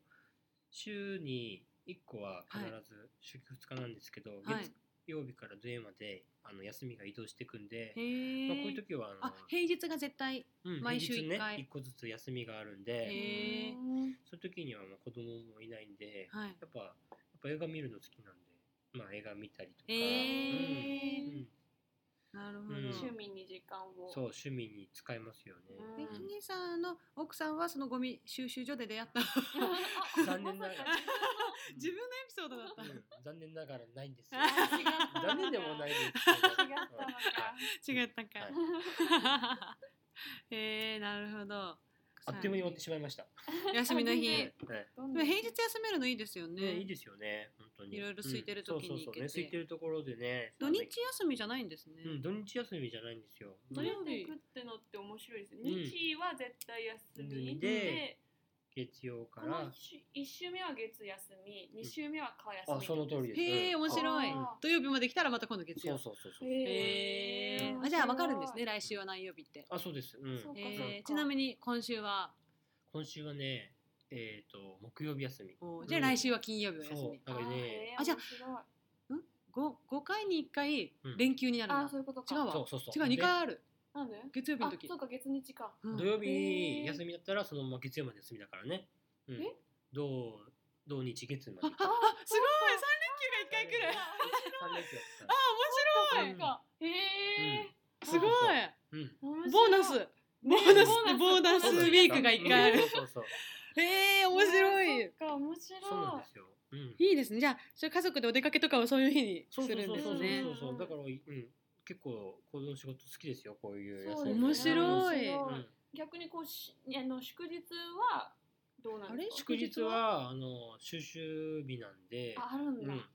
S4: 週に1個は必
S2: は
S4: ず週休2日なんですけど、
S2: はい
S4: 月曜日から土曜日まであの休みが移動していくんで、
S2: へ
S4: まあこういう
S2: ー
S4: 時はあの
S2: あ平日が絶対
S4: うん
S2: 毎週
S4: 平日
S2: 一回
S4: ね、1個ずつ休みがあるん
S2: へ
S4: で、
S2: え
S1: うん
S4: その時にはもう子供もいないんで、
S2: はい
S4: やっぱやっぱ映画見るの好きなんで、まあ、映画見たりとか、
S2: へ
S4: うん
S2: え
S4: うん
S2: なるほど、
S4: うん
S1: 趣味に時間を
S4: そう趣味に使えますよね、
S2: で
S1: うん
S2: ヒデさんの奥さんはそのゴミ収集所で出会った
S1: あ
S4: 残念な がらうん
S2: 自分のエピソードだった、
S4: うん残念ながらないんで すよ
S2: あ
S1: 違った
S4: 残念でもないです
S1: 違
S4: け
S1: っ
S4: ど
S1: たのか
S2: 違ったか、
S4: はい
S2: へえなるほど
S4: あっという間に終わってしまいました、
S2: 休みの
S1: あ
S2: 日
S1: 全
S4: ねね
S1: どんど
S2: でも
S1: ん
S2: 平日休めるのいいですよね
S4: ねいいですよね本当に
S2: いろいろ空いてる時に
S4: うんそうそうそ
S2: 行け
S4: うね
S2: て
S4: 空いてるところでね
S2: 土日休みじゃないんですね、
S4: うん、土日休みじゃないんですよ。
S1: どうやって行くってのって面白いですね、
S4: うん
S1: 日は絶対休み
S4: 休み
S1: で
S4: で月曜か
S1: この
S4: ら
S1: 一週一週目は月休み、二週目は火休み。
S4: あその通りです
S2: へえ面白い
S1: あー
S2: 土曜日まで来たらまた今度月
S4: そ
S2: 曜
S4: うそうそうそう、
S2: へえあじゃあ分かるんですね来週は何曜日って
S4: あそうです、うん
S1: そうか
S2: えーちなみに今週は
S4: 今週はねえっ、と木曜日休み
S2: おーじゃあ来週は金曜日お休
S4: そう
S2: み
S4: だからね
S1: あ
S2: あ
S1: じ
S2: じ
S1: ゃ
S2: ゃ
S1: あ
S2: あ
S1: ー面白い
S2: 5, 5回に1回
S4: うん
S2: 連休になる
S1: あー
S2: んだ
S1: そ、ういうことか。
S2: 違うわ
S4: そうそうそう
S2: 違う
S4: で
S2: 2回ある
S1: なんで？
S2: 月曜日の
S1: あ
S2: 時
S1: そうか月日か。
S2: うん
S4: 土曜
S1: へ
S4: 日
S1: ー
S4: 休みだったらそのまま月曜まで休みだからね、うん
S1: え、
S4: 土土日 月まで
S2: あすごい三連休が一回来る
S4: 三連休やった
S2: あ
S1: そ
S2: 面白
S1: う
S2: い
S1: か。へえ。
S2: すごい
S4: うん
S1: 面白
S2: ボ
S1: い
S2: ーナスボーナス
S1: ボーナス
S2: ボーナスウィークが一回ある
S4: うんそうそうそう
S2: へえ面白
S1: あー
S2: い
S1: そっか面白い。
S4: そうなんですよ、うん、
S2: いいですねじゃあそれ家族でお出かけとかをそういう日にす
S4: そうそう
S2: るん
S4: そう
S2: で
S4: そ
S2: す
S4: う
S2: ね
S4: そうそうだから、うん、結構この仕事好きですよこういう
S1: そうです
S4: 休み
S1: ね
S2: 面白い
S1: 面
S4: う
S1: 白
S4: ん
S1: 逆にこうしあの祝日はどうなんですか？
S4: 祝日はあの収集日なんで、
S1: ああるん
S4: う
S1: だ
S4: ん。、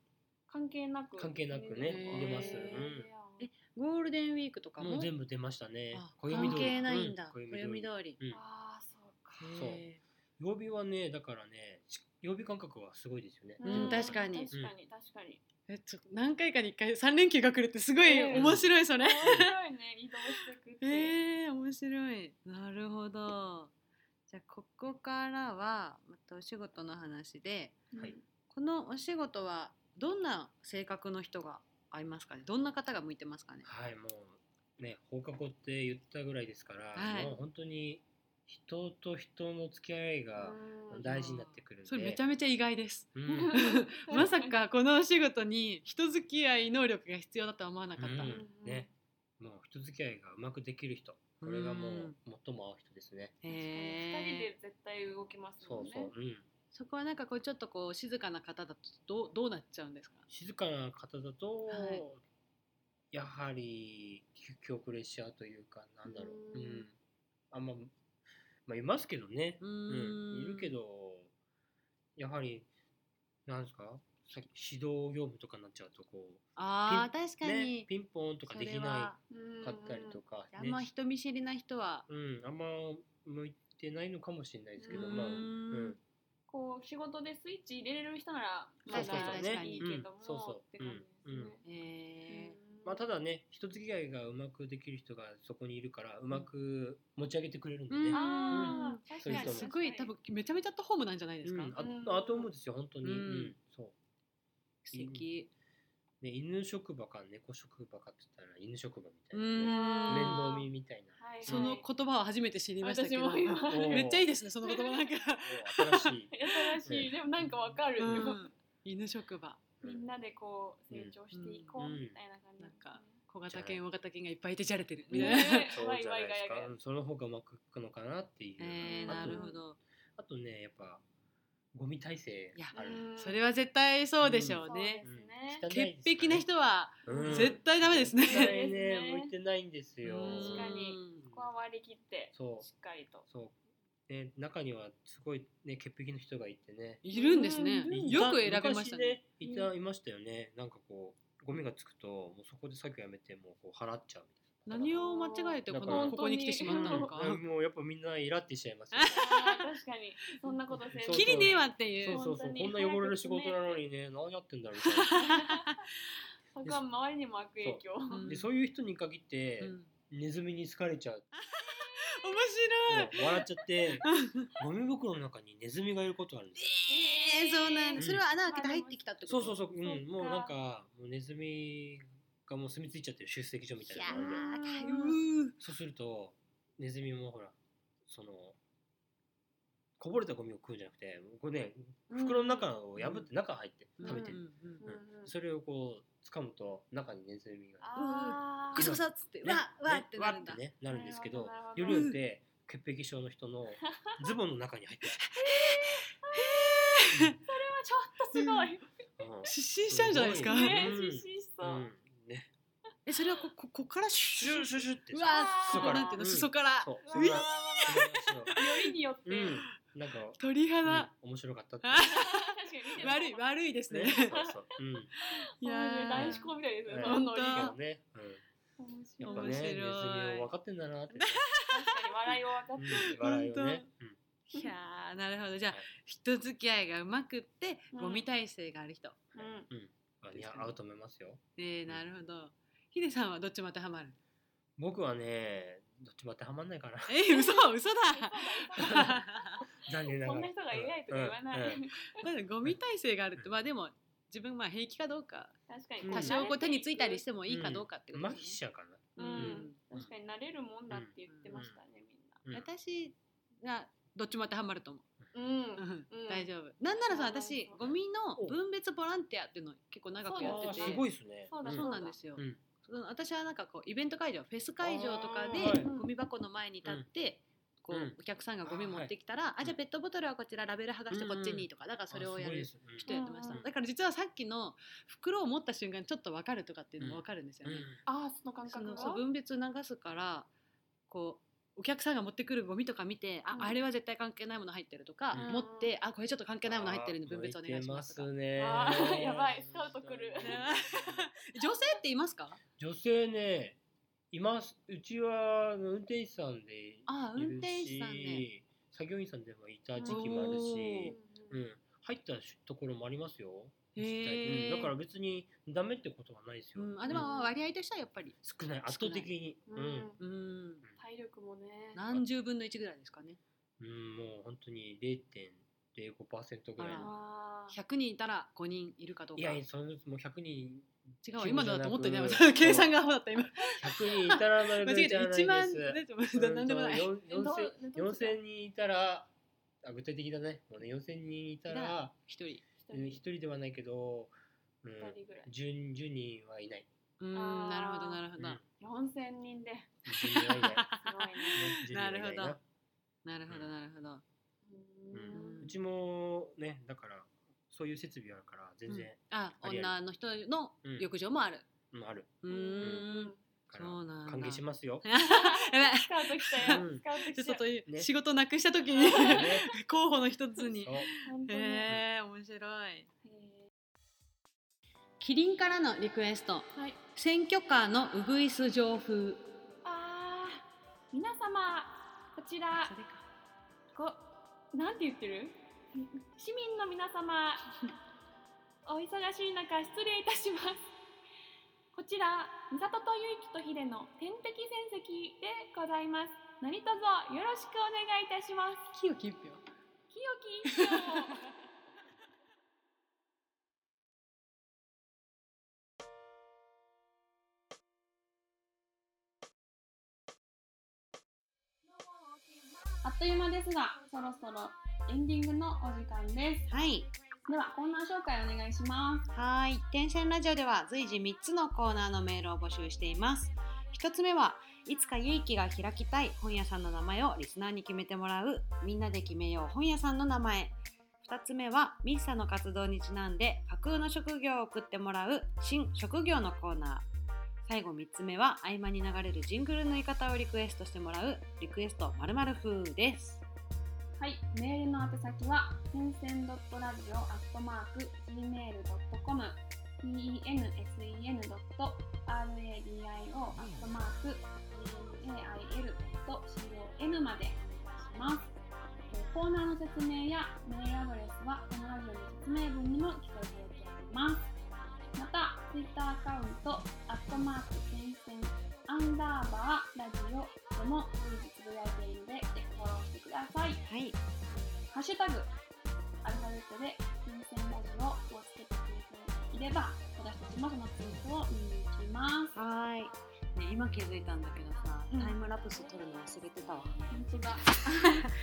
S1: 関係なく。
S4: 関係なくね
S2: 出ますうん
S1: え
S2: えゴールデンウィークとかも
S4: もう全部出ましたね
S2: あ。
S4: 暦
S2: 関
S4: 通り
S2: 係ないんだ
S4: う
S2: 暦通り
S4: うん
S1: ああそうか。
S4: そう
S2: へ
S4: 曜日はねだからねし曜日感覚はすごいですよね。
S2: うん確かに
S1: 確かに確かに。
S2: ーえちょ何回かに1回3連休が来るってすごい
S1: うん
S2: 面白いそれ
S1: 面白いね移動してくって。
S2: えー、面白いなるほどじゃあここからはまたお仕事の話で
S1: うん
S4: はい
S2: このお仕事はどんな性格の人が合いますかねどんな方が向いてますかね
S4: はいもうね放課後って言ったぐらいですから、
S2: はい
S4: もう本当に人と人の付き合いが
S1: うん
S4: 大事になってくるんで。
S2: それめちゃめちゃ意外です
S4: うん
S2: まさかこのお仕事に人付き合い能力が必要だとは思わなかった、
S4: うんねもう人付き合いがうまくできる人これがもう最も合う人ですね。
S2: へ
S1: 二人
S2: え
S1: で絶対動きますも
S4: そうん
S1: ね。
S4: そう、うん、
S2: そこはなんかこうちょっとこう静かな方だとどうどうなっちゃうんですか
S4: 静かな方だと、
S2: はい
S4: やはりき気遅れしちゃうというかなんだろう
S1: う
S4: う
S1: ー
S4: ん、
S1: ん
S4: あんままあいますけどね
S2: う
S4: う
S2: ん
S4: ん、いるけどやはりなんですかさっき指導業務とかになっちゃうとこ
S2: あー確
S4: う、
S2: かに、
S4: ね、ピンポンとかでき
S2: それは
S4: な
S1: うん
S4: いかったりとか、
S2: あん
S4: ね
S2: ま人見知りな人は
S4: うん、あんま向いてないのかもしれないですけど
S1: うー
S4: まあ、うんん、
S1: こう仕事でスイッチ入れれる人ならま
S2: 確かに確
S1: だ
S2: かに
S1: いいけども、
S4: うんそうそう
S1: って感じですね。
S2: え
S4: まあ、ただね人付き合いがうまくできる人がそこにいるからうまく持ち上げてくれるんでね、
S2: うん
S1: ああ、
S4: そ
S1: 確
S4: ういう
S1: か
S4: 人
S1: に
S4: も
S2: すごい多分めちゃめちゃアットホームなんじゃないですか、
S4: うん、
S1: うん
S4: ああと思うんですよ本当に、
S2: うん
S4: うんそう
S2: 素敵
S4: ね、犬職場か猫職場かって言ったら犬職場みた
S2: う
S4: いな、ね、
S2: ん
S4: 面倒見みたいな、
S1: はいはい
S2: その言葉を初めて知りましたけど
S1: 私も今
S4: おー
S2: めっちゃいいですねその言葉なんか、
S4: お新し い
S1: 優しい、でもなんかわかる、
S2: うん、犬職場
S4: うん
S1: みんなでこう成長していこう
S4: うん
S1: みたいな感じ
S2: なん
S1: で
S2: か小型犬大型犬がいっぱい出ちゃれてるみたい な、
S1: ねね
S4: そうじゃないですかうんその方がうまくいくのかなっていう、
S2: えー、
S4: あ
S2: な
S4: と
S2: るほど
S4: あとねやっぱゴミ体制
S2: いや
S4: ある
S1: うん
S2: それは絶対そうでしょう
S1: そう
S2: ね
S1: で、すね
S4: うん汚いですからね
S2: 潔癖な人は
S4: うん
S2: 絶対ダメです ね、
S4: 絶対
S1: ですね
S4: ね向いてないんですよ
S2: うん
S1: 確かにここは割り切ってし
S4: そう
S1: っかりと。
S4: そう、ね、中にはすごい、ね、潔癖の人がいてね
S2: いるんですね
S1: うん
S2: よく選びましたね
S4: 昔いたいましたよね、なんかこうゴミがつくともうそこで作業やめてもうこう払っちゃうみたいな
S2: 何を間違えてこ
S4: だから
S2: のここに来てしまったのか
S4: うんもうやっぱみんなイラってしちゃいますよ、ね、
S1: あー確かにそんなことせず
S4: そう
S2: きりねえわってい
S4: そううそうそ
S1: 本
S4: う
S1: 当
S4: こ
S1: に
S4: んな汚れる仕事なのにね何やってんだろうみたい
S1: そこは周りにも悪影響。
S2: う
S4: なんでそういう人に限って、
S2: うん
S4: ネズミに好かれちゃう
S2: 面
S4: 笑っちゃってゴミ袋の中にネズミがいることあるんですよ
S2: 白い。えー、そうなん
S4: うん
S2: だ。それは穴開けて入ってきたってこ
S4: そ
S2: と。
S4: うそうそ
S1: そ
S4: う、う
S1: っ
S4: ん、
S1: か
S4: もうなんかもうネズミがもう住み着いちゃってる集積所みたい
S2: い
S4: な
S2: や
S4: のがあるんで
S2: ー、大変
S4: そうするとネズミもほらそのこぼれたゴミを食うんじゃなくてこうね袋の中を破って中入って
S1: うん
S4: 食べてる、
S2: うんうんうん
S1: うんうん
S4: それをこう掴むと中にネズミが
S1: あー
S2: ぐさぐさっつって、
S4: ね
S2: わわーってなるんだ。
S4: ねわってねなるんですけ
S1: な
S4: ど
S1: るほど
S4: よ
S1: な
S4: り
S1: るほど
S4: によって潔癖症の 人のズボンの中に入って
S1: ちょっとすごい。
S4: る、うん
S2: 失神しちゃうんじゃないですか。
S4: うん
S1: ね、失神しそう。
S4: うんね、
S2: え、それはこここっからシ
S4: シ
S2: ュ
S4: ュ
S2: ー
S4: ッシュッシュッって
S2: うわー、
S1: 裾
S2: そ
S1: から
S2: こなんていう
S4: うん
S2: の、裾から
S4: そ。う
S1: う
S4: そ
S1: わ
S4: ん
S1: ー
S4: なそんな話を
S1: よりによって。
S4: うんなんか、
S2: 鳥肌。
S4: うん、面白かったって
S2: あ
S1: 確かに見てた
S2: 悪い悪いです
S4: ね
S2: ね。
S4: そうそううん
S2: い
S1: いや
S2: や
S1: 男
S2: ー
S1: 子、校みたいですよ、
S4: ね
S1: そのノリ
S2: 本
S1: が。
S2: 当
S4: そうね、うん
S1: 面
S4: や
S1: 白
S4: っ
S1: い
S4: ぱ
S2: 面
S4: ね、ネズ
S2: 白い
S4: ミを分かってんだなってね、
S1: 確かに笑いを分か
S4: う
S1: って
S4: ん
S1: る。
S4: 笑いをね、
S2: いやーあなるほどじゃあ
S4: はい
S2: 人付き合いがうまくって
S1: うん
S2: ゴミ体制がある人、
S1: うん
S4: あいや合うと思いますよ
S2: ねえなるほどヒデさんはどっちも当てはまる
S4: 僕はねどっちも当てはまんないか な
S2: え嘘嘘だ
S4: 残念なが
S1: そ
S4: ら
S1: んな人がいないとか言わない。
S4: うんうんうん
S2: まだゴミ体制があるってまあでも自分まあ平気かどうか
S1: 確かに。
S4: うん
S2: 多少こう手についたりしてもいいか
S4: うん
S2: どうかってこと
S4: 麻
S2: で
S4: 痺し
S2: す
S4: ちゃうかな
S1: う
S2: ね、
S1: ん
S4: うん
S1: 確かに慣れるもんだって言ってましたね、みんな。
S4: うん
S2: 私がどっちも当てはまると思う
S1: うん
S2: うん
S1: うん
S2: 大丈夫なんならさ
S1: うん
S2: 私ゴミの分別ボランティアっていうのを結構長くや
S4: あ
S2: っ
S4: ー
S2: て
S4: す
S2: て
S4: ごいですね
S1: そうだ
S2: そうなんですよ、
S4: うん
S2: その私はなんかこうイベント会場フェス会場とか
S4: あ
S2: で
S4: ーはい
S2: ゴミ箱の前に立って、こう
S4: うん
S2: お客さんがゴミ
S4: あー
S2: 持
S4: はい
S2: ってきたら「あ,、じゃあ
S4: うん
S2: ペットボトルはこちらラベル剥がしてこっちに」とかだからそれをやる
S4: あすごいです
S2: 人やってました、
S1: うん
S2: だから実はさっきの袋を持った瞬間ちょっと分かるとかっていうのも分かるんですよ
S4: うん
S2: ね、
S1: ああ、その感
S2: そ
S1: 覚
S2: の
S1: が。
S2: そう分別流すからこうお客さんが持ってくるゴミとか見て、
S1: うん
S2: ああれは絶対関係ないもの入ってるとか、
S4: うん
S2: 持ってあこれちょっと関係ないもの入ってるんで分別お願いしますと
S4: あ
S2: か
S4: 向いて
S1: あ
S4: ます
S1: ー
S4: ね。
S1: やばいスカウト来る
S2: 女性っていますか
S4: 女性ね、います。うちはあの運転手さんでい
S2: あ運
S4: る
S2: 転手
S4: し、
S2: さんね
S4: 作業員さんでもいた時期もあるし、
S1: う
S4: うんん、入ったところもありますよ。
S2: へ
S4: 実
S2: ー
S4: 際うんだから別にダメってことはないです
S2: う
S4: よ。
S2: ん、あでも割合としてはやっぱり、
S4: 少ない圧倒的に、う
S1: うんん、
S2: うん、
S1: 体力もね。
S2: 何十分の1ぐらいですかね
S4: うん、もう本当に0.05%ぐ
S2: あ。
S4: らい
S2: ら
S1: あー
S2: 100人いたら5人いるかどう
S4: い
S2: か
S4: やいや、そのもう100人、
S2: 違うわ今のだと思ってないわ
S4: そう
S2: 計算がアホだった今
S4: 100人いたらな る
S2: 間
S4: べ
S2: 違え
S4: き
S2: た
S4: じゃないです。
S2: 1万何でもない
S4: うんとよん
S1: どうど
S4: 4000
S1: うですか
S4: 4000人いたらあ具体的だねもうね4000人いたら
S2: 一人
S4: うん一人ではないけど、うん、
S1: 二人ぐらい。
S4: 10, 10人はいない、
S2: うん
S1: あー
S2: なるほどなる ほ
S4: うん、
S2: ど、
S1: 四千人で。す
S4: 10人はい
S1: ごいね。
S4: ない10人はいい
S2: なるほなるほどなるほど、
S1: う
S4: うん
S1: ん
S4: うちもねだからそういう設備あるから全然、
S2: あ
S4: ありあり
S2: 女の人の浴場もある
S4: うんある
S2: うー
S1: うんん
S4: から
S2: そうなんだ、
S4: 歓迎しますよ
S2: やばい
S1: スカウト来た
S4: う
S1: よ。
S4: ん
S1: スカウト
S2: ちょ
S1: 来
S2: っと
S1: た
S2: そう
S1: よ。
S2: いう
S4: ね
S2: 仕事なくした時に
S4: ね
S2: 候補の一つに
S4: そう
S1: 本当に
S2: へえ面白い
S1: へ
S2: キリンからのリクエスト
S1: ーはい。
S2: 選挙カーのウグイス上風
S1: あー皆様こちら
S2: それか
S1: こなんて言ってる市民の皆 様お忙しい中失礼いたしますこちら美里と結城と秀の天敵戦績でございます何卒よろしくお願いいたします
S2: 清き一票
S1: 清き一票 あっという間ですがそろそろエンディングのお時間です
S2: はい
S1: ではコーナー紹介お願いします
S2: はい天線ラジオでは随時3つのコーナーのメールを募集しています1つ目はいつかゆいきが開きたい本屋さんの名前をリスナーに決めてもらうみんなで決めよう本屋さんの名前2つ目はミッサの活動にちなんで架空の職業を送ってもらう新職業のコーナー最後3つ目は合間に流れるジングルの言い方をリクエストしてもらうリクエストまるまる風です
S1: はいメールの宛先は変遷 .radio.gmail.com pensen.radio.gmail.com までお願いしますえーコーナーの説明やメールアドレスはこのラジオの説明文にも記載されておりますまた、ツイッターアカウント、アットマーク、厳選、アンダーバー、ラジオでも随時つぶやいているので、ぜひフォローしてください。
S2: はい
S1: ハッシュタグ、アルファベットで、厳選ラジオをつけてくれていれば、私たちもそのツイートを見に行きます。
S2: はい、ね、今気づいたんだけどさ、
S1: うん
S2: タイムラプス撮るの忘れてたわ
S1: 本当 だ。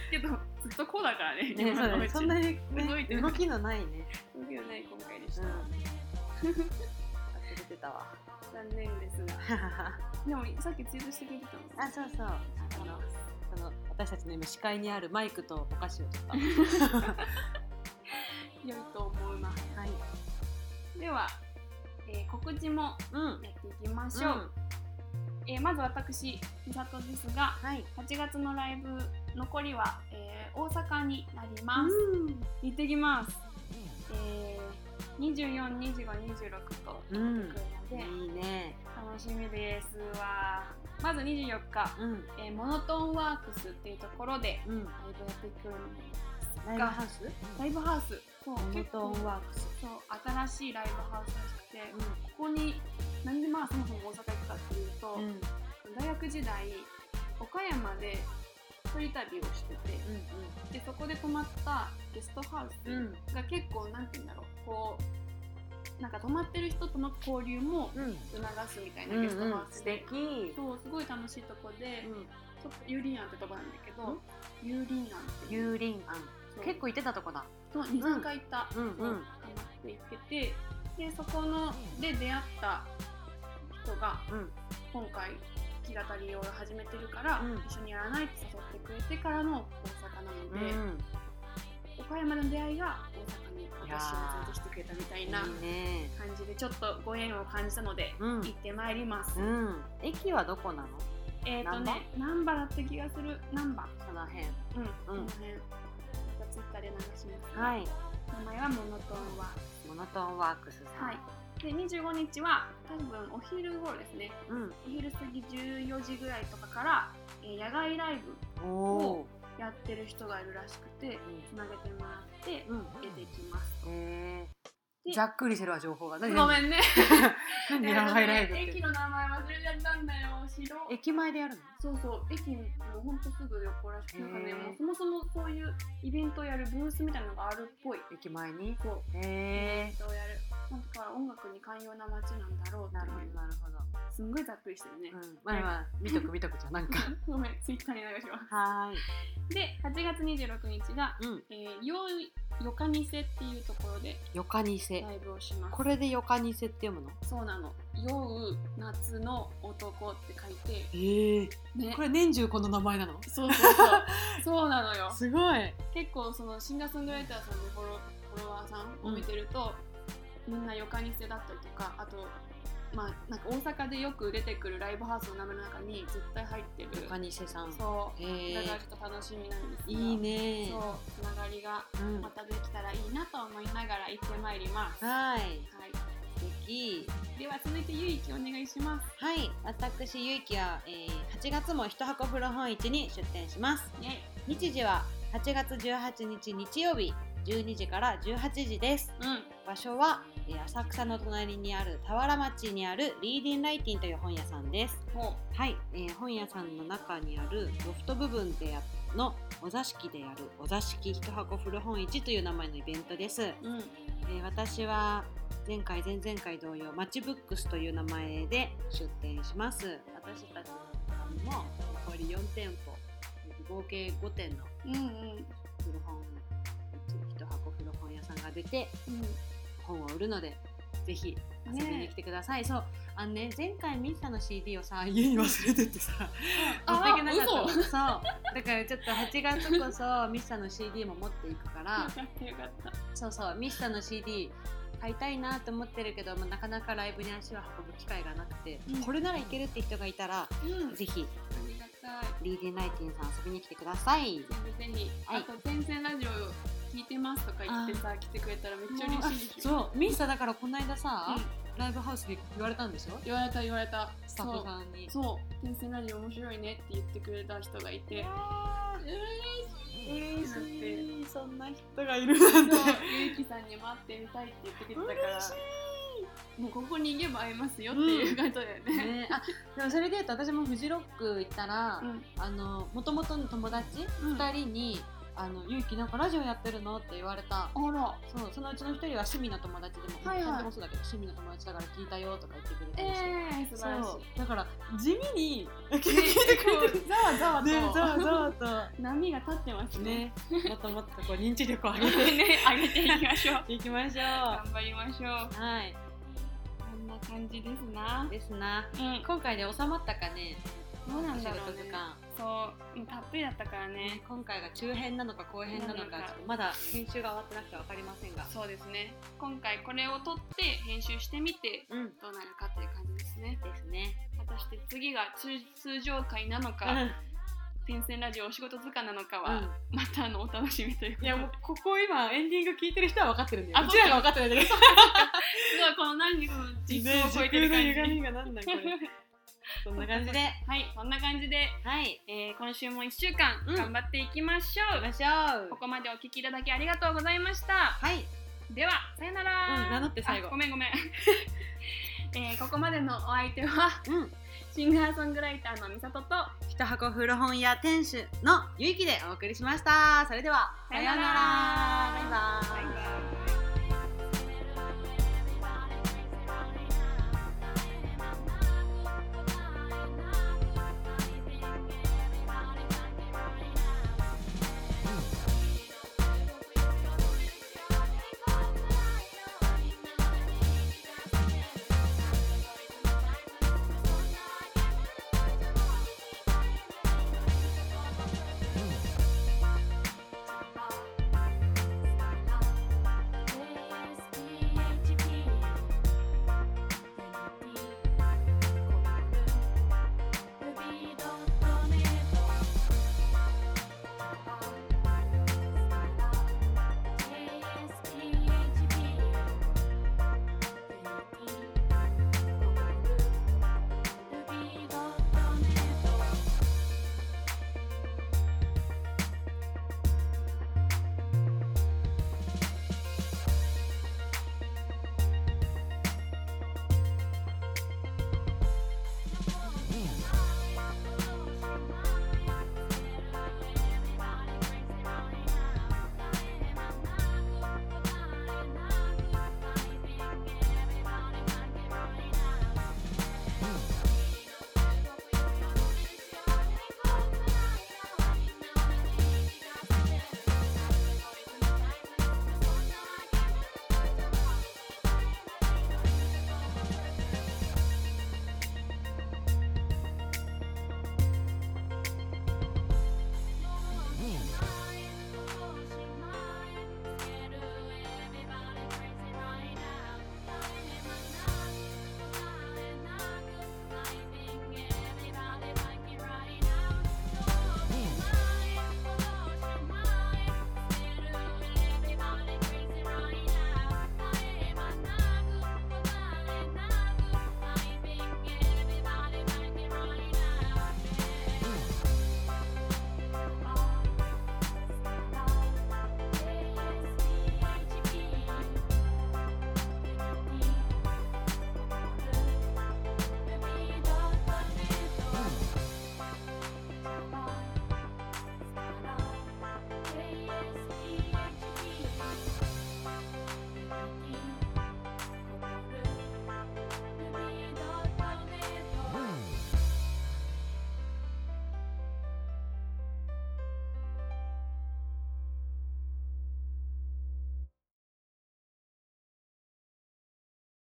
S1: けど、ずっとこうだからね
S2: ね、そうだね。そんなに、ね
S1: 動いてる
S2: 動きのないね。
S1: 動きがない今回で
S2: う
S1: し
S2: ん。
S1: た。
S2: 忘れてたわ。
S1: 残念ですが。
S2: あ、
S1: でも、さっきツイートしてくれてたんですよ
S2: そうそう。あの、あの私たちの今視界にあるマイクとお菓子を取った。
S1: 良いと思うな。
S2: はい。
S1: では、えー告知も
S2: うん。
S1: やっていきましょう。えーまず私美里ですが
S2: はい。
S1: 8月のライブ残りは、えー大阪になります、行ってきます、えー、242526と
S2: う
S1: 来る
S2: ん
S1: の。で、
S2: いいね。
S1: 楽しみですわまず24日、
S2: うん。
S1: えーモノトーンワークスっていうところで
S2: うん。
S1: ライブやってくるんです
S2: ライブハウス
S1: ライブハウスそう
S2: モノ
S1: 結
S2: ト
S1: 構
S2: ーンワークス
S1: そう新しいライブハウスらしくて、ここになんでまあそもそも大阪行ったかっていうと、
S2: うんうん
S1: 大学時代岡山で一人旅をしててでそこで泊まったゲストハウ
S2: うん
S1: スが結構なんて言うんだろうこうなんか泊まってる人との交流も
S2: うんうん
S1: 促すみたいなゲストハウスで、
S2: 敵
S1: そうすごい楽しいとこで、ちょっとユーリンアンってとこなんだけど、ユーリンアンっていう
S2: ユーリンアン
S1: そう
S2: 結構行ってたとこだ
S1: そう23回行った、
S2: うんうん
S1: そうハマって行っててでそこので出会った人が、
S2: うん
S1: 今回弾き語りを始めてるから、
S2: うん
S1: 一緒にやらないって誘ってくれてからの大阪なので、
S2: うん
S1: 岡山での出会いが大阪に
S2: いや
S1: 私を
S2: ー
S1: 連れてきてくれたみたい
S2: いい
S1: な
S2: ね
S1: 感じでちょっとご縁を感じたので、
S2: うん
S1: 行ってまいります、
S2: うん駅はどこなの
S1: えっ、とね難波だった気がする難波
S2: その
S1: うん、
S2: 辺
S1: こ
S2: うん
S1: の辺またツイッターで流しますが、
S2: はい
S1: 名前はモノトーンは
S2: モノトーンワークスさん
S1: はい。で25日は多分お昼頃ですね。
S2: うん
S1: お昼過ぎ14時ぐらいとかから、えー野外ライブ
S2: おお
S1: やってる人がいるらしくてつなげてもらって
S2: うん
S1: 出てきます。
S2: え
S1: で
S2: ーざっくりしてるわ情報がご
S1: ごめんね。
S2: 何 野外ライブ っ
S1: 駅
S2: て
S1: の名前忘れちゃったんだよ。白。
S2: 駅前でやるの
S1: そうそう駅もうほんとすぐ横らしくなんかね
S2: へー
S1: もうそもそもそういうイベントをやるブースみたいなのがあるっぽい。
S2: 駅前に
S1: そう。イベ
S2: へえ
S1: ントをやる。なんか音楽に寛容な街なんだろう
S2: ー、な
S1: って
S2: るほど
S1: いう。
S2: なるほど
S1: すんごいざっくりしてるね。
S2: うんまあまあ見とく見とくじゃんなんか
S1: ごめんツイッターに流します。
S2: はーい
S1: で8月26日が、
S2: うん
S1: えー、よいよかにせっていうところで
S2: よかにせ
S1: ライブをします
S2: これでよかにせって読むの
S1: そうなの「酔う夏の男」って書いて
S2: ええ
S1: ね
S2: これ年中この名前なの
S1: そうそう そうそうなのよ
S2: すごい
S1: 結構そのシンガーソングライターさんのフォロフォロワーさんを見てると、みんなよかにせだったりとかあとまあなんか大阪でよく出てくるライブハウスの名前の中に絶対入ってる
S2: よかにせさん
S1: そ
S2: え
S1: うだからちょっと楽しみなんですが
S2: いいね
S1: そうつながりが
S2: うん
S1: またできたらいいなと思いながら行ってまいります。は
S2: はい
S1: い、
S2: 素敵
S1: では続いてゆいきお願いします。
S2: はい私ゆいきは、えー、8月も一箱風呂本市に出店します
S1: イェイ。
S2: 日時は8月18日日曜日12時から18時です
S1: うん。
S2: 場所は、えー浅草の隣にある田原町にあるリーディンライティンという本屋さんです
S1: ほ
S2: はい、えー本屋さんの中にあるロフト部分でやのお座敷でやるお座敷一箱古本市という名前のイベントです、え
S1: う。うん。
S2: ー私は前回前々回同様マッチブックスという名前で出店します私たちも残り4店舗合計5店の
S1: うんうん。
S2: 古本市一箱古本屋さんが出て
S1: う
S2: 本を売るのでぜひ遊びに来てください、そうあのね前回ミッサの CD をさ家に忘れてってさ持っていけなかったの
S1: 嘘
S2: そうだからちょっと8月こそミッサの CD も持っていくか
S1: よ
S2: ら
S1: かったよかった。
S2: そうそうミッサの CD 買いたいなと思ってるけどもうなかなかライブに足を運ぶ機会がなくて、
S1: うん
S2: これならいけるって人がいたら
S1: うん。
S2: ぜひ
S1: ありがたい。
S2: リーディナイティンさん遊びに来てください
S1: ぜひぜひ。
S2: は
S1: あ
S2: い
S1: と全然ラジオ聞いてますとか言ってさ来てくれたらめっちゃ嬉しいでしょ。
S2: そうミッサだからこの間さ、
S1: うん
S2: ライブハウスで言われたんでしょ
S1: 言われた言われた。
S2: スタ
S1: そ
S2: ッフ
S1: う。
S2: さんに
S1: そう。天線ラジオ面白いねって言ってくれた人がいて。嬉しい
S2: いそんな人がいるなん
S1: そう、ゆうきさんに待ってみたいって言ってきてたから。もうここに行けば会えますよっていう感じだよね。
S2: ね、あでもそれで言うと私もフジロック行ったら、
S1: うん。
S2: あの元々の友達
S1: うん
S2: 2人に「あのゆうきなんかラジオやってるの?」って言われた
S1: あら。
S2: そうそのうちの1人は趣味の友達でも、
S1: はいはい
S2: 二人ともそうだけど趣味の友達だから聞いたよとか言ってくれ
S1: え
S2: たりして、
S1: え素晴らし
S2: そうだから地味に聞いてくれて
S1: い。
S2: る
S1: ざわざわと、
S2: ねざわざわと
S1: 波が立ってますね。
S2: ねもっともっとこう認知力を上げて
S1: ね、上げていきましょう。
S2: いきまし ょ
S1: 頑張りましょう。
S2: うはい
S1: こんな感じですな。
S2: ですな
S1: うん。
S2: 今回で収まったかね
S1: どうなん
S2: 仕
S1: だ
S2: 事
S1: ろう
S2: 時
S1: ね。
S2: 間
S1: そう、もうたっぷりだったからね
S2: ね。、今回が中編なのか後編なのか
S1: なのか
S2: ちょっとまだ編集が終わってなくて分かりませんが
S1: そうですね。今回これを撮って編集してみて
S2: うんで
S1: どうなるかっていう感じですね。
S2: すね
S1: 果たして次が通通常回なのか、天線ラジオお仕事図鑑なのかは、またあのお楽しみということ
S2: い
S1: で
S2: やもうここ今エンディング聞いてる人は分かってるんだ
S1: あ
S2: ようちらが分かってないんだけ
S1: す
S2: ど
S1: ごいこの何この実を超えてる感じ、
S2: ね時空の歪みがなんなんこれそんな感じで。
S1: はい、そんな感じで、
S2: はい。
S1: えー今週も1週間
S2: うん
S1: 頑張っていきましょう
S2: 行き、ましょう
S1: こ。こまでお聞きいただきありがとうございました
S2: はい。
S1: ではさよなら、
S2: うん名乗って最後
S1: あごめんごめん、 えーここまでのお相手は
S2: うん。
S1: シンガーソングライターのみさとと
S2: 一箱古本屋店主のゆいきでお送りしました。それでは、
S1: さようなら
S2: さようなら